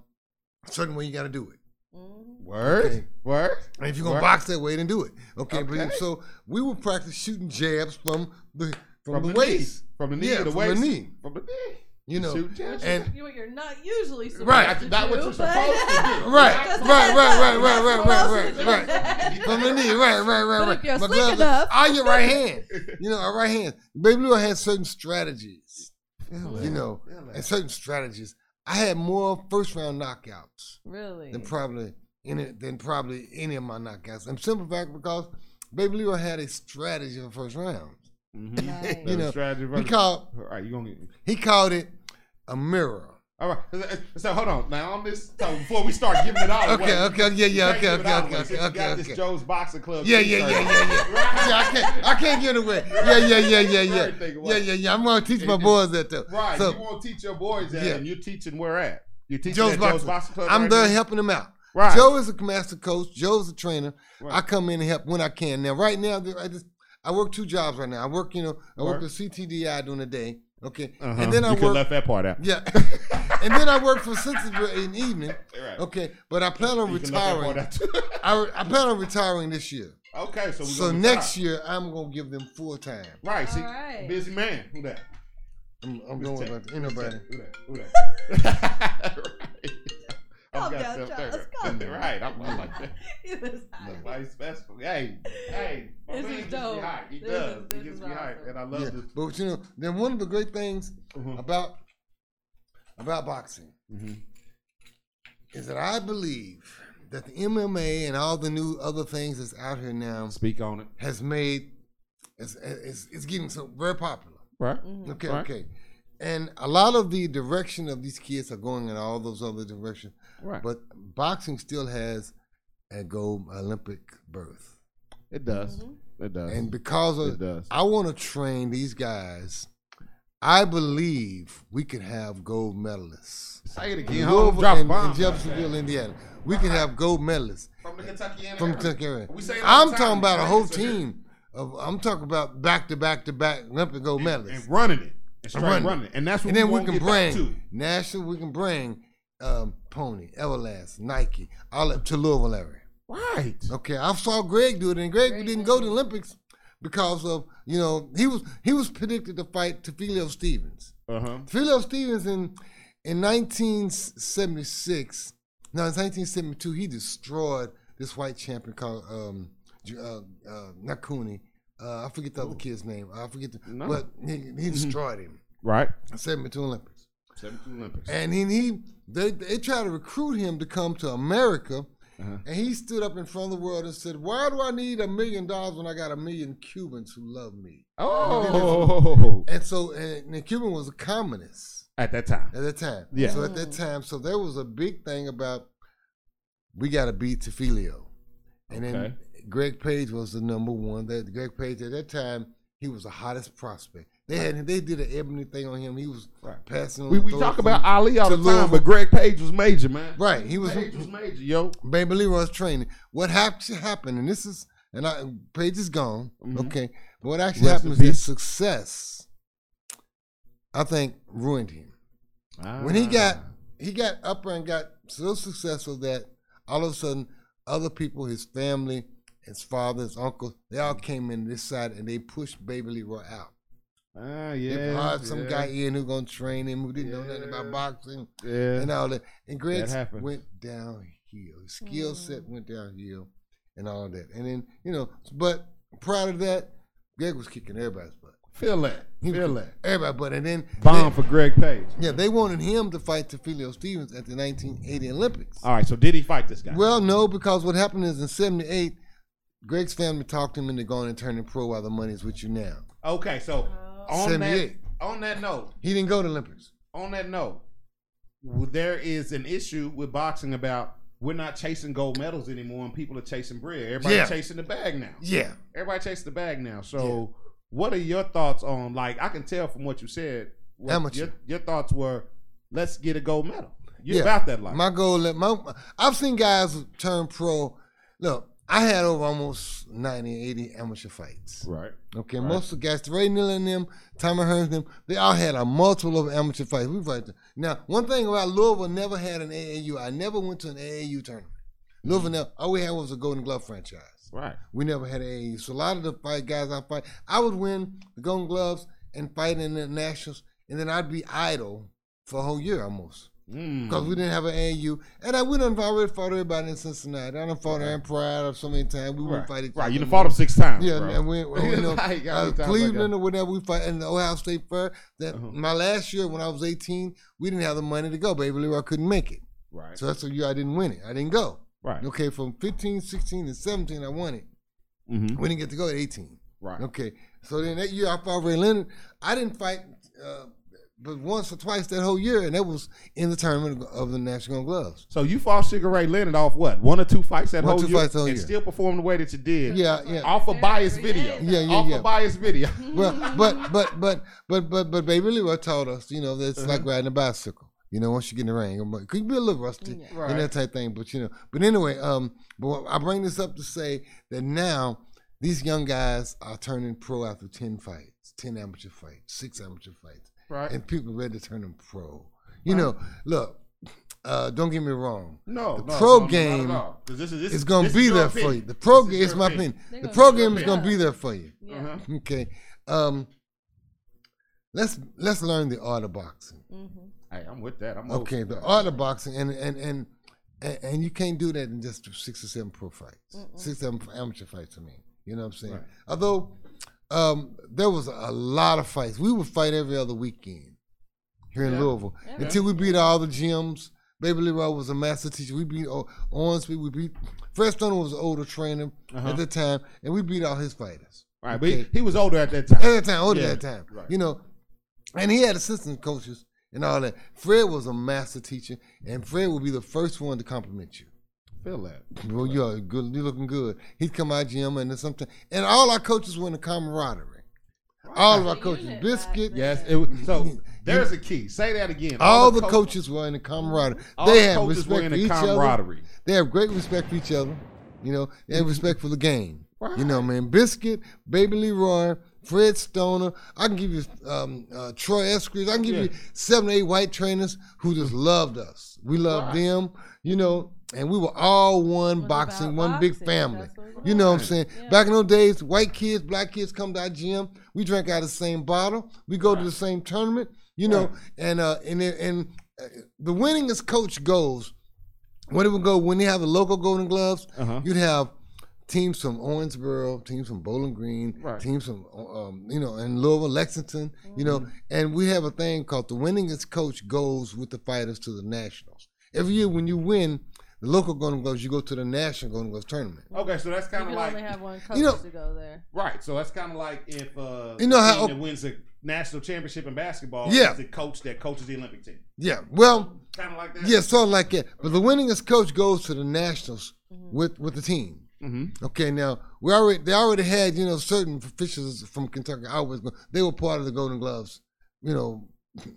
E: a certain way you got to do it.
D: Mhm.
C: Word.
E: Okay.
C: Word.
E: And if you're gonna
C: Right.
E: box that way, then do it. Okay, but
C: Okay.
E: so we would practice shooting jabs from the from,
C: From
E: the,
C: the
E: waist,
C: knee. From the knee
E: yeah,
C: to the
E: from
C: waist.
E: the knee.
C: From the knee.
E: You know,
C: Shoot
D: Which
C: jab.
D: is
E: And-
D: what you're not usually supposed
E: Right.
D: to
C: Not
D: do,
C: what you're
D: but-
C: supposed to do.
E: right, right,
D: Just
E: right,
D: hands up.
E: right, right, right, right,
D: That's
E: right,
D: what
E: right.
D: else is-
E: From the knee, right, right, right,
D: But
E: right.
D: if you're
E: My
D: slick
E: gloves
D: enough-
E: are your right hand. You know, our right hand. Baby Lou had certain strategies. You know, and certain strategies. I had more first round knockouts.
D: Really?
E: than probably any than probably any of my knockouts. And simple fact because Baby Leo had a strategy for first round.
C: Mhm.
D: Right.
E: You know,
C: strategy
E: He
C: versus-
E: called
C: All right, you gonna get.
E: he called it a mirror.
C: All right. So hold on. Now on this. So before we start giving it all away.
E: Okay, okay, yeah, yeah,
C: you can't
E: okay,
C: give it
E: okay,
C: all
E: okay,
C: away.
E: okay,
C: Since you
E: okay,
C: got this
E: okay.
C: Joe's Boxing Club.
E: Yeah, yeah, yeah,
C: t-shirt.
E: yeah, yeah. yeah, I can't, I can't give it away. Yeah, yeah, yeah, yeah, yeah,
C: Everything away.
E: yeah, yeah, yeah. I'm gonna teach my boys that though.
C: Right. you
E: So
C: won't teach your boys that,
E: Yeah.
C: and you're teaching where at. You're teaching
E: Joe's
C: at Joe's
E: boxing.
C: Boxing Club.
E: I'm
C: right
E: there
C: now?
E: helping them out.
C: Right.
E: Joe is a master coach. Joe's a trainer.
C: Right.
E: I come in and help when I can. Now, right now, I just I work two jobs right now. I work, you know, I
C: Work.
E: work the CTDI during the day. Okay,
C: Uh-huh.
E: and then I
C: you coulda
E: work.
C: left that part out.
E: Yeah. and then I work for Sensible in the evening.
C: Right.
E: Okay, but I plan on
C: You coulda left that part
E: retiring.
C: out too.
E: I, I plan on retiring this year.
C: okay. So we
E: So
C: gonna
E: next
C: retire.
E: year I'm gonna give them full time.
C: Right. See,
D: All right.
C: busy man. Who that?
E: I'm, I'm
C: Who's that?
E: going about ain't nobody.
C: Who that? Who that?
D: Calm
C: Right. I've got
D: down,
C: self-
D: Charles,
C: there.
D: calm down.
C: Right. I'm, I'm like that.
D: He was high.
C: Like special. Hey, hey, my
D: This
C: man
D: is
C: gets
D: dope.
C: me hype. He
D: This
C: does.
D: is-
C: he
D: this
C: gets
D: is
C: me hype,
D: awesome.
C: and I love
E: Yeah.
C: this.
E: But you know, then one of the great things
C: Mhm.
E: about about boxing
C: Mhm.
E: is that I believe that the MMA and all the new other things that's out here now
C: Speak on it.
E: has made it's, it's, it's getting so very popular.
C: Right.
D: Mm-hmm.
E: Okay,
C: Right.
E: okay. And a lot of the direction of these kids are going in all those other directions.
C: Right.
E: But boxing still has a gold Olympic berth.
C: It does.
D: Mm-hmm.
C: It does.
E: And because
C: it
E: of
C: does.
E: I want to train these guys, I believe we can have gold medalists.
C: Say it
E: In
C: again.
E: Louisville
C: Home drop
E: and- in
C: bombs.
E: Jeffersonville, Indiana. We can have gold medalists
C: From the Kentucky area.
E: from Kentucky. area.
C: We say it all
E: I'm
C: the
E: talking
C: time.
E: about a
C: Right,
E: whole
C: so you're-
E: team. Of, I'm talking about back to back to back Olympic gold medalists.
C: and running it. And straight
E: running
C: running.
E: it.
C: running. And that's what
E: And then we
C: wanna
E: can
C: get back to.
E: bring National, we can bring um, Pony, Everlast, Nike, all up to Louisville area.
C: Right.
E: Okay, I saw Greg do it, and Greg didn't go to the Olympics because of you know he was he was predicted to fight Tefilio Stevens.
C: Uh huh.
E: Tefilio Stevens in in 1976, no, in 1972 he destroyed this white champion called um, Ju- uh, uh, not Cooney. Uh, I forget the other kid's name. I forget, the,
C: No.
E: but he, he destroyed him.
C: Right.
E: 72 Olympics.
C: 72 Olympics.
E: And he, he they, they tried to recruit him to come to America.
C: Uh-huh.
E: And he stood up in front of the world and said, Why do I need a million dollars when I got a million Cubans who love me?
C: Oh.
E: And so, and, and Cuban was a communist
C: At that time.
E: at that time.
C: Yeah.
E: So at that time, so there was a big thing about we got to beat Tefilio. And then Greg Page was the number one. That Greg Page at that time, he was the hottest prospect. They had they did an ebony thing on him. He was
C: Right.
E: passing. on
C: We, we
E: throws
C: talk
E: from-
C: about Ali all
E: to
C: the time,
E: Louisville.
C: but Greg Page was major, man.
E: right. He was
C: Page was major, yo.
E: Baby Leroy's training. What actually happened, and this is, and I, Paige is gone,
C: Mhm.
E: okay. But what actually
C: Rest
E: happened
C: in
E: is that
C: peace.
E: success, I think, ruined him. When he got he got up and got so successful that all of a sudden other people, his family, his father, his uncle, they all came in this side and they pushed Baby Leroy out.
C: Ah,
E: they
C: yeah.
E: hired some
C: yeah,
E: guy in who gonna train him who didn't know nothing
C: Yeah.
E: about boxing
C: Yeah.
E: and all that. And Greg
C: happens.
E: went downhill. His skill set went downhill and all that. And then, you know, but prior to that, Greg was kicking everybody's butt.
C: Feel that.
E: He was
C: Feel
E: kicking
C: that.
E: Everybody's butt. And then,
C: Bomb for Greg Page.
E: yeah, they wanted him to fight Tefilio Stevens at the 1980 Olympics.
C: All right, so did he fight this guy?
E: Well, no, because what happened is in 78, Greg's family talked him into going and turning pro while the money's with you now.
C: okay, so
D: Oh.
C: on that,
E: 78.
C: on that note,
E: He didn't go to Olympics.
C: on that note, w- there is an issue with boxing about we're not chasing gold medals anymore, and people are chasing bread. Everybody's
E: Yeah.
C: chasing the bag now.
E: Yeah.
C: Everybody chasing the bag now. So, what are your thoughts on? Like, I can tell from what you said. what
E: Amateur.
C: Your, your thoughts were, let's get a gold medal. You're
E: Yeah.
C: about that life.
E: My goal, let my I've seen guys turn pro. Look, I had over almost 90, 80 amateur fights.
C: right.
E: Okay, most of the guys, Ray Neal and them, Tommy Hearns and them, they all had a multiple of amateur fights. We fight. Now, one thing about Louisville never had an AAU. I never went to an AAU tournament. Louisville, never, all we had was a Golden Glove franchise.
C: Right.
E: We never had an AAU. So a lot of the fight guys I fight, I would win the Golden Gloves and fight in the nationals, and then I'd be idle for a whole year almost
C: Mm.
E: because we didn't have an AAU. And I went and I already fought everybody in Cincinnati. I done fought Aaron Pryor so many times. We wouldn't
C: Right.
E: fight each
C: right.
E: other.
C: You done fought him six times.
E: Yeah,
C: bro.
E: and we, we you know,
C: Like, how
E: uh,
C: many times I got-
E: Cleveland or whatever we fight in the Ohio State Fair. That
C: Uh-huh.
E: my last year when I was 18, we didn't have the money to go. Baby Leroy couldn't make it,
C: Right.
E: so that's the year I didn't win it. I didn't go.
C: right.
E: Okay, from 15, 16, and 17, I won it.
C: hmm
E: We didn't get to go at 18.
C: Right.
E: Okay, so then that year I fought Ray Leonard. I didn't fight, uh, but once or twice that whole year, and that was in the tournament of the National Gloves.
C: So you fought Sugar Ray Leonard off what? One or two fights that
E: One or
C: whole
E: two
C: year,
E: fights that whole
C: and
E: year.
C: still performed the way that you did.
E: Yeah, yeah.
C: Off a biased video.
E: Yeah, yeah,
C: Off
E: yeah.
C: a biased video.
E: well, but but but but but but Baby Leroy taught us, you know, that it's
C: Uh-huh.
E: like riding a bicycle. You know, once you get in the ring, it could be a little rusty
D: Yeah.
E: and that type thing. But you know, but anyway, um, but I bring this up to say that now these young guys are turning pro after ten fights, ten amateur fights, six amateur fights,
C: Right.
E: and people ready to turn them pro. You know, look, uh, don't get me wrong.
C: No,
E: The
C: no,
E: pro
C: no,
E: game
C: not at all. 'Cause this is- this
E: It's
C: is-
E: gonna
C: this
E: be
C: is your
E: there for you.
C: opinion.
E: The pro
C: This
E: game
C: is
E: is
C: your
E: my
C: opinion.
E: opinion.
D: They
E: The
D: gonna
E: pro
D: shoot
E: game
D: it
E: is gonna
D: up.
E: be there for you.
D: Yeah.
C: Uh-huh.
E: Okay. Um let's let's learn the art of boxing.
D: Mhm.
C: Hey, I'm with that. I'm old
E: Okay,
C: school.
E: the art of boxing and and and and, and you can't do that in just six or seven pro fights. Six seven amateur fights, I mean. You know what I'm saying?
C: Right.
E: Although um there was a lot of fights. We would fight every other weekend here in
C: Yeah.
E: Louisville.
D: Yeah.
E: Until we beat all the gyms. Baby Leroy was a master teacher. We beat O- Ormsby. We beat Fred Stoner was an older trainer
C: Uh-huh.
E: at the time, and we beat all his fighters.
C: All right, but he,
E: Okay.
C: he was older at that time.
E: At that time, older
C: Yeah,
E: at that time.
C: right.
E: You know, and he had assistant coaches and all that. Fred was a master teacher, and Fred would be the first one to compliment you.
C: Feel that.
E: Well, you are good. You looking good. He'd come out gym and then something. And all our coaches were in the camaraderie. All of our
D: The
E: coaches,
D: unit back
E: biscuit.
D: then.
C: Yes. It, was- so there's a key. Say that again.
E: All the
C: coach-
E: coaches were in the camaraderie.
C: Mm-hmm. all
E: They
C: the
E: had
C: coaches
E: respect
C: were in
E: for
C: a
E: each other.
C: camaraderie.
E: They have great respect for each other. You know,
D: Mm-hmm.
E: they have respect for the game. You know, man, Biscuit, Baby Leroy, Fred Stoner. I can give you um, uh, Troy Eskridge. I can give you
C: Yeah.
E: seven, eight white trainers who just loved us. We loved
C: Right.
E: them. You know, and we were all one
D: What
E: boxing,
D: about
E: one big
D: boxing?
E: family.
D: That's what it
E: You know what I'm
D: was.
E: saying?
D: Yeah.
E: Back in those days, white kids, black kids come to our gym. We drank out of the same bottle. We go to the same tournament. You know, and uh, and it- and uh, the winningest coach goes. When it would go when they have the local Golden Gloves,
C: Uh-huh.
E: you'd have teams from Owensboro, teams from Bowling Green,
C: Right.
E: teams from um, you know, and Louisville, Lexington. You know, and we have a thing called the winningest coach goes with the fighters to the nationals. Every year when you win. The local Golden Gloves, you go to the national Golden Gloves tournament.
C: Okay, so that's
D: You
C: kind
D: could
C: of like
D: only have one coach
E: know-
D: to go there.
C: right. So that's kind of like if uh,
E: You know
C: the
E: how-
C: team that wins the national championship in basketball
E: Yeah.
C: is the coach that coaches the Olympic team.
E: Yeah, well,
C: Kind of like that.
E: yeah, sort of like that. But the winningest coach goes to the nationals with with the team.
C: Mm-hmm.
E: Okay, now we already they already had you know certain officials from Kentucky. I was they were part of the Golden Gloves, you know,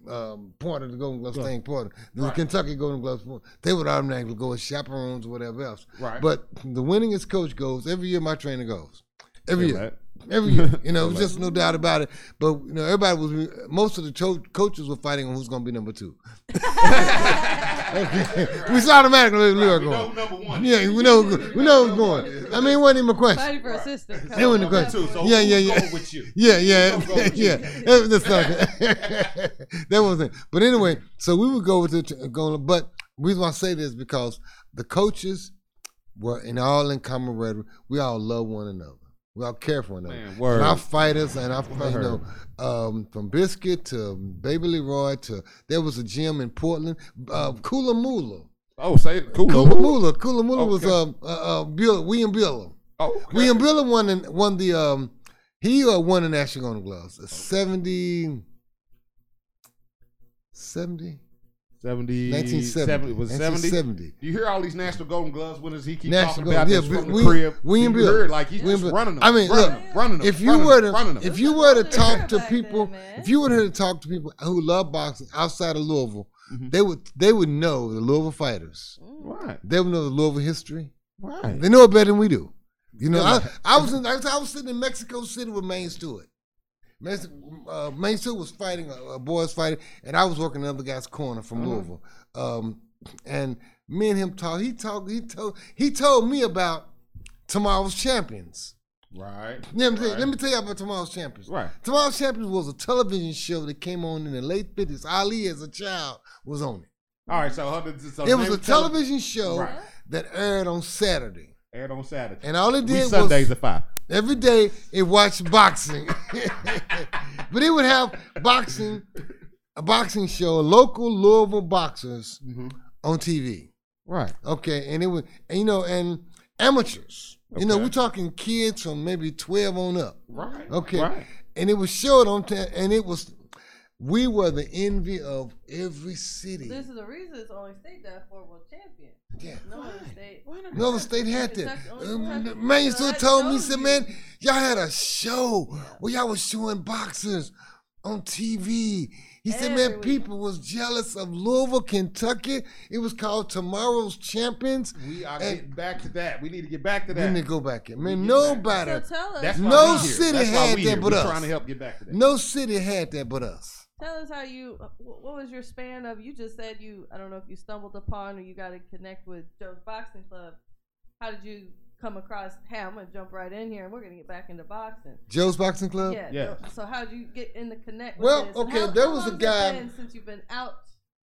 E: um, part of the Golden Gloves
C: Right.
E: thing. Part of the
C: Right.
E: Kentucky Golden Gloves. part. They would automatically go as chaperones or whatever else.
C: Right.
E: But the winningest coach goes every year. My trainer goes every
C: Feel
E: year.
C: that.
E: Every year, you know, it was just no doubt about it. But you know, everybody was most of the cho- coaches were fighting on who's going to be number two. okay, we saw automatically we were
C: We know
E: going.
C: who number one.
E: Yeah, we know we know who's going. I mean, it wasn't even a question.
D: Fighting for assistant.
E: They were in the
C: Number
E: question.
C: two. So
E: Yeah, yeah,
C: who's
E: yeah.
C: going with you.
E: Yeah, yeah,
C: Don't go with
E: yeah. That was just like- that wasn't. But anyway, so we would go with the going. But reason why I say this is because the coaches were in all in camaraderie. We all love one another. We all care for one another.
C: Man, word.
E: And our fighters and our you
C: Word.
E: know um, from Biscuit to Baby Leroy to there was a gym in Portland, uh, Kula Mula.
C: Oh, say it. Cool.
E: Kula Mula. Kula Mula was
C: Okay.
E: um, uh, uh, Bill, William Biller.
C: Oh, okay.
E: William Biller won in, won the um he uh, won the National Golden Gloves. Uh, 70 70
C: 70,
E: 1970
C: 70, was 70.
E: 1970.
C: You hear all these national golden gloves winners he keep
E: National
C: talking about this
E: Golden- yeah,
C: from
E: we-
C: the crib.
E: William
C: you
E: Bill.
C: heard like he's
E: William
C: just
E: Bill.
C: running them.
E: I mean,
C: running
E: look,
C: them, running them.
E: if you
C: running
E: were
C: them, running
E: to
C: them.
E: if you
D: That's
E: were to
D: what they were
E: talk to
D: back then,
E: people
D: man.
E: if you were to talk to people who love boxing outside of Louisville, they would they would know the Louisville fighters.
C: right,
E: They would know the Louisville history.
C: right.
E: They know it better than we do. You know, I, I was in, I was, I was sitting in Mexico City with Maine Stewart. Maine, uh, Maine Stewart was fighting uh, a, a boy's fighting, and I was working another guy's corner from
C: Mm-hmm.
E: Louisville. Um, and me and him talked. He talked. He told. He told me about tomorrow's champions.
C: Right.
E: Let me, tell you,
C: Right.
E: let me tell you about Tomorrow's Champions.
C: Right.
E: Tomorrow's Champions was a television show that came on in the late 50s. Ali, as a child, was on it.
C: All right. So, hold so
E: it
C: name
E: was a
C: the
E: television show
C: Right.
E: that aired on Saturday.
C: aired on Saturday.
E: And all it
C: we
E: did
C: Sundays
E: was
C: at five.
E: every day it watched boxing. but it would have boxing, a boxing show, local Louisville boxers on TV.
C: Right.
E: Okay, and it was, and, you know, and amateurs. You know,
C: Okay.
E: we're talking kids from maybe 12 on up.
C: Right.
E: Okay.
C: Right.
E: And it was showed on, t- and it was, we were the envy of every city.
D: This is the reason it's only state that four world champion.
E: Yeah.
D: No other state.
E: No other state had that.
D: Kentucky- only Kentucky.
E: Um, Man, you
D: So
E: still
D: that
E: told me,
D: shows
E: said,
D: you.
E: man, y'all had a show where y'all was showing boxers on TV. He said, man,
D: Every week.
E: people was jealous of Louisville, Kentucky. It was called Tomorrow's Champions.
C: We are
E: Hey.
C: getting back to that. We need to get back to
E: We need to
C: that.
E: go back in. Man,
C: get back.
D: So
E: nobody,
D: tell us.
C: That's why
E: No
C: we here.
E: city
C: That's why
E: had
C: we
E: that
C: here.
E: but
C: We're
E: us.
C: trying to help get back to that.
E: no city had that but us.
D: Tell us how you. uh, wh- What was your span of? You just said you. I don't know if you stumbled upon or you got to connect with Joe's Boxing Club. How did you come across? Hey, I'm gonna jump right in here, and we're gonna get back into boxing.
E: Joe's Boxing Club?
D: Yeah.
C: Yeah.
D: So, so how did you get in the connect? With
E: Well,
D: this? And
E: okay,
D: how-
E: there
D: how
E: was a
D: long has it
E: guy-
D: been since you've been out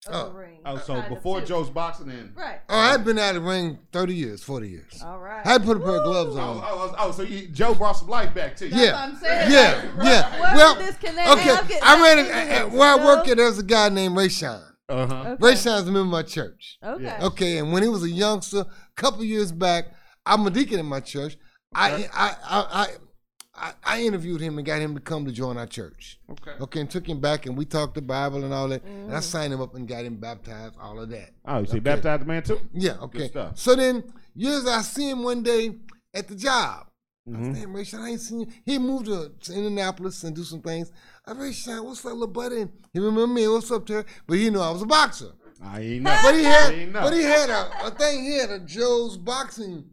D: of
E: Oh.
D: the ring.
C: Oh, so
D: kind of,
C: before
D: too.
C: Joe's boxing in.
D: Right.
E: Oh, I'd been out of the ring 30 years, 40 years.
D: All right.
E: I put a pair of gloves
C: Oh,
E: on.
C: oh, oh, so you, Joe brought some life back to you.
D: That's
E: Yeah.
D: what I'm saying.
E: Yeah,
D: Like,
E: yeah.
D: where- where
E: Well,
D: did this connect?
E: Okay,
D: I'm getting
E: I ran it,
D: back
E: at-
D: into
E: at-
D: this,
E: where I
D: Joe.
E: work at, there was a guy named Ray Shine.
C: Uh huh.
E: Ray
D: Okay.
E: Shine's a member of my church.
D: Okay. Oh,
C: Yeah.
E: Okay, and when he was a youngster, a couple years back, I'm a deacon in my church. I I I I, I, I interviewed him and got him to come to join our church.
C: Okay. Mm.
E: Okay, and took him back and we talked the Bible and all that. And I signed him up and got him baptized, all of that.
C: Oh, you see, baptized man too.
E: Yeah, okay.
C: stuff.
E: So then, years I see him one day at the job.
C: Mm-hmm.
E: I said, "Damn, Ray Sean, I ain't seen you. He moved to, to Indianapolis and do some things. I Ray Sean, what's up, little buddy? He remember me, what's up, Terry? But he knew I was a boxer.
C: I ain't know.
E: But he had,
C: I ain't know.
E: but he had a, a thing. He had a Joe's boxing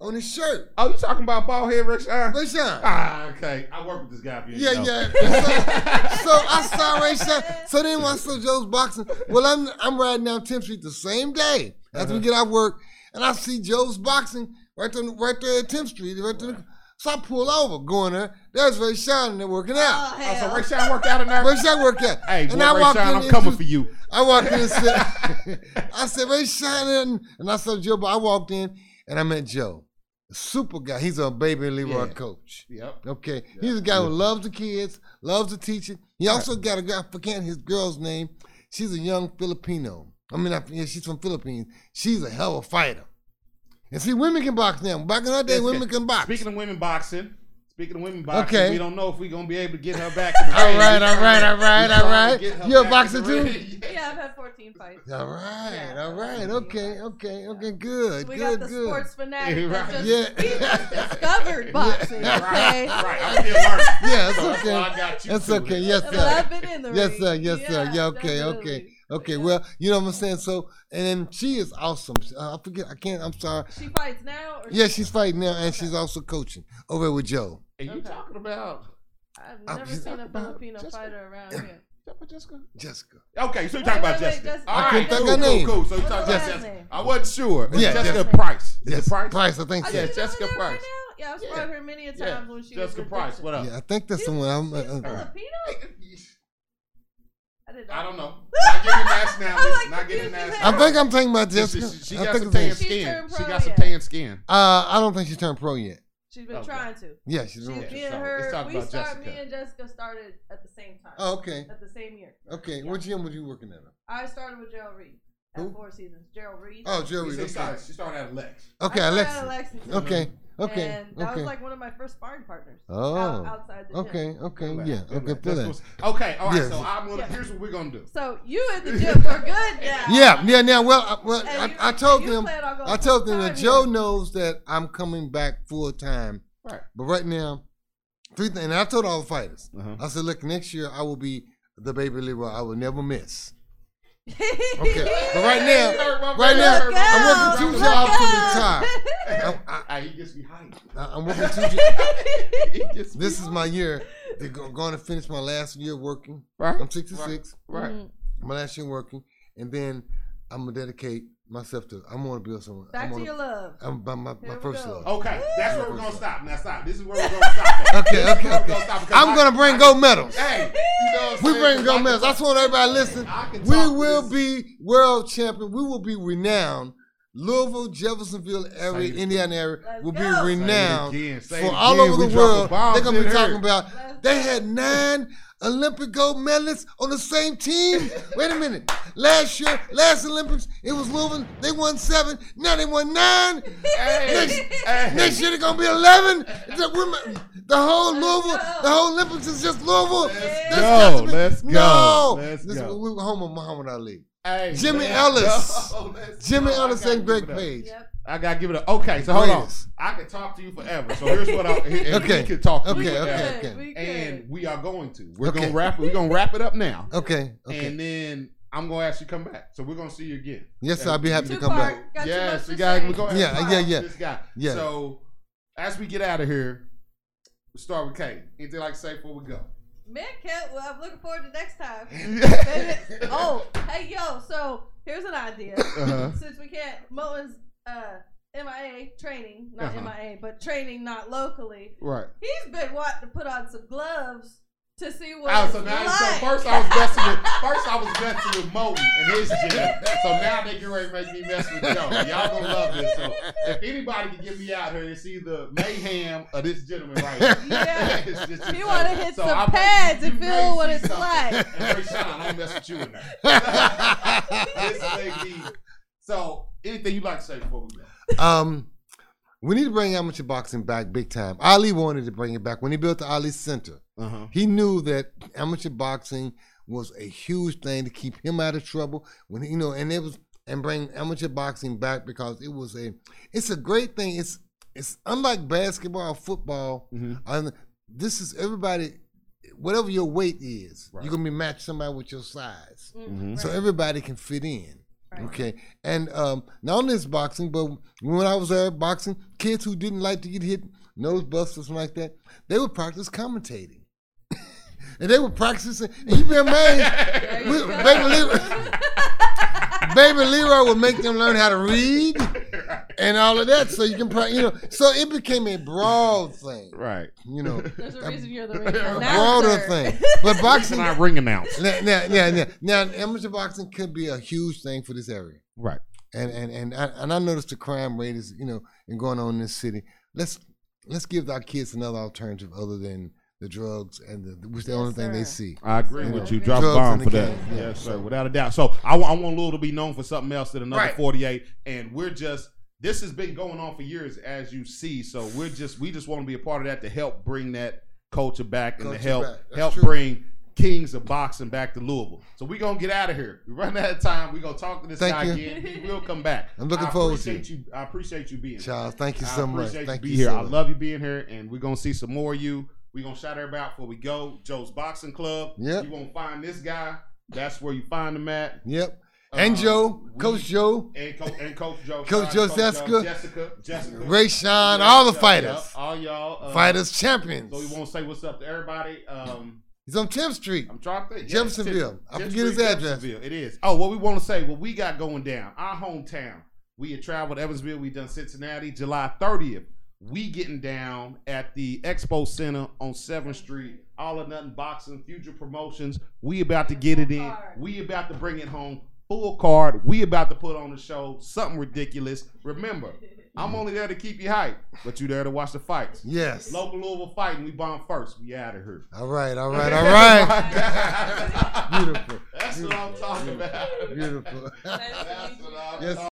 E: on his shirt.
C: oh, you talking about bald head Rick Shine?
E: Ray Sean.
C: Ah, okay. I work with this guy. If you
E: Yeah,
C: didn't know.
E: yeah. So, so I saw Ray Sean. So then when I saw Joe's boxing, well, I'm I'm riding down 10th Street the same day after
C: Uh-huh.
E: we get out of work, and I see Joe's boxing right there, right there at 10th Street. Right there. So I pull over, going there. There's Ray Sean, and they're working out.
D: Oh,
C: Oh, so
D: hell.
C: Rick Shine worked out in there.
E: Ray Sean worked out.
C: Hey, boy,
E: and I
C: Rick
E: walked
C: Shine,
E: in
C: I'm
E: and
C: coming
E: just-
C: for you.
E: I walked in and said, I said, Ray Sean, in," and I saw Joe, but I walked in and I met Joe, a super guy. He's a baby Leroy
C: Yeah.
E: coach.
C: Yep.
E: Okay. He's a guy who loves the kids, loves the teaching. He also got a guy, I forget his girl's name. She's a young Filipino. I mean, I, yeah, she's from Philippines. She's a hell of a fighter. And see, women can box now. Back in our day, women can box.
C: Speaking of women boxing, speaking of women boxing,
E: Okay.
C: we don't know if we're gonna be able to get her back. In the
E: all
C: ring.
E: right, all right, all right, all right.
C: Get her
E: You're a
C: back in
E: boxer
C: the
E: too?
C: ring.
D: Yeah, I've had 14 fights.
E: All right,
D: Yeah.
E: all right. Okay, okay, okay. Good,
D: We
E: good,
D: got the
E: good.
D: sports fanatic that
C: Right.
D: just,
E: Yeah.
D: he just discovered boxing. Okay?
C: Right, right. I'm still learning.
E: Yeah, it's
C: So that's
E: okay.
C: why I got you
E: That's
C: two.
E: okay. Yes,
D: But I've
E: sir.
D: been in the
E: Yes,
D: ring.
E: sir. Yes, sir. Yeah. Okay. Okay.
D: definitely.
E: Okay. Well, you know what I'm saying. So, and then she is awesome. Uh, I forget. I can't. I'm sorry.
D: She fights now? Or
E: Yeah, she's fighting now, and she's also coaching over with Joe.
C: And you
D: Okay.
C: talking about
D: I've
E: I'm
D: never
E: just
D: seen a
C: talking about
D: Filipino
C: Jessica.
D: fighter around here.
C: Jessica?
E: Jessica.
C: Okay, so you
D: Wait,
C: talking about
D: wait, wait,
C: Jessica?
D: Jessica.
C: All
E: I couldn't
C: right,
E: think
C: cool,
E: of her
C: cool,
E: name.
C: cool. So you talking
D: What's
C: about
D: her last
C: Jessica?
D: name?
C: I wasn't sure. It's
E: Yeah,
C: Jessica
D: Jessica.
C: Price. Is
E: Yes,
C: it Price?
E: I think
D: Are
E: so.
C: Yeah,
D: she
C: Jessica
D: living there
C: Price.
D: Right now? Yeah, I've
C: Yeah.
D: brought her many a times
C: Yeah,
D: when she
C: Jessica
D: was
C: Price. What up?
E: Yeah, I think that's the one. I'm,
D: She's
E: uh, uh,
D: Filipino? I didn't know.
C: I don't know. Not getting nationality.
D: I'm like
C: not getting
D: confused as
C: nationality.
D: hell.
E: I think I'm talking about
C: She- she- She,
E: Jessica.
C: she
E: I
C: got
E: think
C: some
E: it's
C: tan
E: her.
D: She's
C: skin.
D: turned
C: She
D: pro
C: got some
D: yet.
C: tan skin.
E: Uh, I don't think she's turned pro yet.
D: She's been
C: Okay.
D: trying to.
E: Yeah, she's.
D: She,
E: a-
C: Yeah,
D: me and
C: so let's
D: her,
C: talk
D: we
C: about
D: started, me
C: Jessica.
D: and Jessica started at the same time.
E: Oh, okay.
D: At the same year.
E: Okay.
D: Yeah.
E: What gym were you working at?
D: I started with Gerald Reed at
E: Who?
D: Four Seasons. Gerald Reed.
E: Oh,
C: She
E: Jerry.
C: said she
E: Okay.
C: started- She started at Lex.
E: Okay,
D: I started
E: Alexis.
D: at Lexington.
E: Okay. Okay.
D: And that was
E: Okay.
D: like one of my first sparring partners.
E: Oh.
D: out- outside the gym.
E: Okay. Okay.
C: Relax,
E: Yeah.
C: relax.
E: Okay. Feel
C: That's
E: that.
C: what's- Okay, all right.
E: Yes.
C: So I'm gonna.
D: Yeah.
C: Here's what we're gonna do.
D: So you at the gym for good now.
E: Yeah. Yeah. Now, well, I, well,
D: And you-
E: I, I told
D: you
E: them.
D: plan on going
E: I told them that
D: full-time
E: Joe
D: here.
E: knows that I'm coming back full time.
C: Right.
E: But right now, three things. And I told all the fighters.
C: Uh-huh.
E: I said, look, next year I will be the baby Leroy. I will never miss. Okay.
D: Okay.
E: but right now, right now,
D: Look
E: I'm
D: out,
E: working two
D: look
E: jobs to
D: out.
E: retire. I'm, I,
C: Hey, he gets me hyped.
E: I- I'm working two jobs.
C: He gets me
E: This is
C: hyped.
E: my year. They're go- going to finish my last year working.
C: right.
E: I'm 66.
C: Right.
E: My last year working, and then I'm gonna dedicate myself to. I'm gonna build someone.
D: Back
E: I'm
D: to
E: gonna,
D: your love.
E: I'm by my,
D: Here
E: my
D: we
E: first
D: go.
E: love.
C: Okay, that's where we're gonna stop. Now stop. This is where we're gonna stop. at.
E: Okay,
C: This is
E: okay,
C: where we're
E: okay.
C: gonna stop because
E: I'm
C: I-
E: gonna bring
C: I-
E: gold medals.
C: Hey, you know what I'm
E: We
C: saying?
E: bring gold
C: I-
E: medals. I just want everybody to listen.
C: I can
E: We
C: talk
E: will
C: this.
E: be world champion. We will be renowned. Louisville, Jeffersonville area,
C: it.
E: Indiana area
D: Let's
E: will be
D: go. Say it
E: renowned
C: again, say
E: for
C: it
E: all
C: again.
E: over
C: We
E: the
C: dropping
E: world.
C: bombs
E: They're gonna
C: in
E: be
C: here.
E: talking about.
D: Let's
E: They had nine Olympic gold medalists on the same team. Wait a minute. Last year, last Olympics, it was Louisville. They won seven. Now they won nine.
C: Hey,
E: Next,
C: hey.
E: next year they're gonna be eleven. The, women, the whole Louisville,
D: go.
E: the whole Olympics is just Louisville.
C: Let's
E: That's
C: go.
E: got to be-
C: Let's go.
E: No,
C: Let's
E: this
C: go.
E: we were home with Muhammad Ali,
C: Hey,
E: Jimmy
C: man. Oh,
E: Ellis.
C: No, let's
E: Jimmy
C: go. I
E: Ellis,
C: gotta
E: and
C: give
E: Greg
C: it up.
E: Page.
D: Yep.
C: I gotta give it up. Okay, so hold on.
E: Greatest.
C: I can talk to you forever. So here's what I okay.
E: Okay.
C: we can talk to you
E: Okay,
C: forever.
E: okay,
D: Good,
E: okay.
D: We
C: And
D: good.
C: we are going to. We're
E: Okay.
C: gonna wrap. We're gonna wrap it up now.
E: Okay, okay.
C: And then I'm gonna ask you to come back. So we're gonna see you again.
E: yes, sir, I'll be happy to
D: Two
E: come
D: part.
E: back.
D: Got too much
C: yes,
D: to
C: we got.
D: say.
C: We're gonna
E: Yeah,
C: have
E: yeah,
C: to
E: yeah.
C: This guy.
E: Yeah.
C: So as we get out of here, we start with Kate. Anything like to say before we go?
D: Man, Cat, well, I'm looking forward to next time. Baby,
C: uh-huh.
D: oh, hey, yo, so here's an idea. Since we can't, Moen's uh, MIA training, not
C: Uh-huh.
D: MIA, but training not locally.
C: Right.
D: He's been wanting to put on some gloves to see what
C: Oh,
D: it's
C: so now
D: like.
C: so first I was messing with first I was messing with Moten and his gym. So now they get ready to make me mess with Joe. Y'all gonna love this. So if anybody can get me out here, it's either mayhem or this gentleman right here.
D: Yeah.
C: It's just-
D: He wanna hit some
C: may-
D: pads and
C: you may
D: feel what
C: see
D: it's
C: something.
D: like.
C: And Ray Sean, I'll mess with you in there. this may be. So anything you'd like to say before we go?
E: um, We need to bring amateur boxing back big time. Ali wanted to bring it back when he built the Ali Center.
C: Uh huh.
E: He knew that amateur boxing was a huge thing to keep him out of trouble. When he- you know, and it was and bring amateur boxing back because it was a it's a great thing. It's it's unlike basketball, football.
C: Mhm.
E: And this is everybody, whatever your weight is,
C: Right.
E: you're gonna be matched somebody with your size.
D: Mm,
E: So
D: right,
E: everybody can fit in.
D: right.
E: Okay, and um, not only is boxing, but when I was there boxing, kids who didn't like to get hit, nose busts or something like that, they would practice commentating, and they would practice. And you'd be amazed,
D: There you
E: we-
D: go.
E: baby, Leroy, baby Leroy would make them learn how to read and all of that, so you can, pra- you know. So it became a broad thing,
C: Right.
E: you know,
D: There's a
E: a-
D: reason you're the
E: a
D: radio
E: broader
D: announcer.
E: thing. But boxing,
C: Not ring announce.
E: now, now, now, now, now, amateur boxing could be a huge thing for this area.
C: Right.
E: and and and I, and I noticed the crime rate is you know and going on in this city. Let's let's give our kids another alternative other than the drugs and the, which the
D: Yes,
E: only thing they
D: sir.
E: see.
C: I agree
D: Yeah.
C: with you. Drop a
E: Drugs
C: bomb
E: in the
C: for that.
E: game, yeah.
C: Yes, sir. Without a doubt. So I, wa- I want Lil to be known for something else at another
E: Right.
C: 48. And we're just, this has been going on for years, as you see. So we're just, we just want to be a part of that to help bring that culture back and to
E: Culture
C: help,
E: back. That's
C: help
E: true.
C: bring kings of boxing back to Louisville. So we're going to get out of here. We're running out of time. We're going to talk to this
E: Thank
C: guy
E: you.
C: again. He will come back.
E: I'm looking
C: I
E: forward to it.
C: appreciate you. I appreciate you being here.
E: Charles, thank you
C: I
E: so much.
C: appreciate
E: Thank
C: you
E: you,
C: be here.
E: so
C: I
E: much.
C: love you being here, and we're gonna see some more of you. We're gonna shout everybody out before we go. Joe's Boxing Club.
E: Yep.
C: You gonna find this guy. That's where you find him at.
E: Yep, and
C: Uh,
E: Joe,
C: we-
E: Coach Joe,
C: and, Co- and Coach Joe,
E: Coach
C: Sorry,
E: Joe
C: Joe,
E: Seska.
C: Jessica, Jessica,
E: Ray Sean,
C: Yeah,
E: all the
C: yeah,
E: fighters,
C: yeah, all y'all uh,
E: fighters champions.
C: So we want to say what's up to everybody. Um,
E: He's on 10th Street.
C: I'm trying to think.
E: Jeffersonville.
C: Jef-
E: I forget
C: Jeffersonville,
E: his address.
C: Jeffersonville. It is. Oh, what we want to say, what we got going down, our hometown. We had traveled Evansville. We done Cincinnati. July 30th, we getting down at the Expo Center on 7th Street. All or nothing boxing, future promotions. We about to get it in. We about to bring it home. Full card. We about to put on the show. Something ridiculous. Remember, I'm only there to keep you hype, but you there to watch the fights.
E: Yes.
C: Local Louisville fighting. We bomb first. We out of here.
E: All right, all right, all right.
C: right.
E: Beautiful,
C: That's what I'm talking about.
E: beautiful.
D: Nice to meet
C: That's
D: you.
C: what I'm
E: Yes,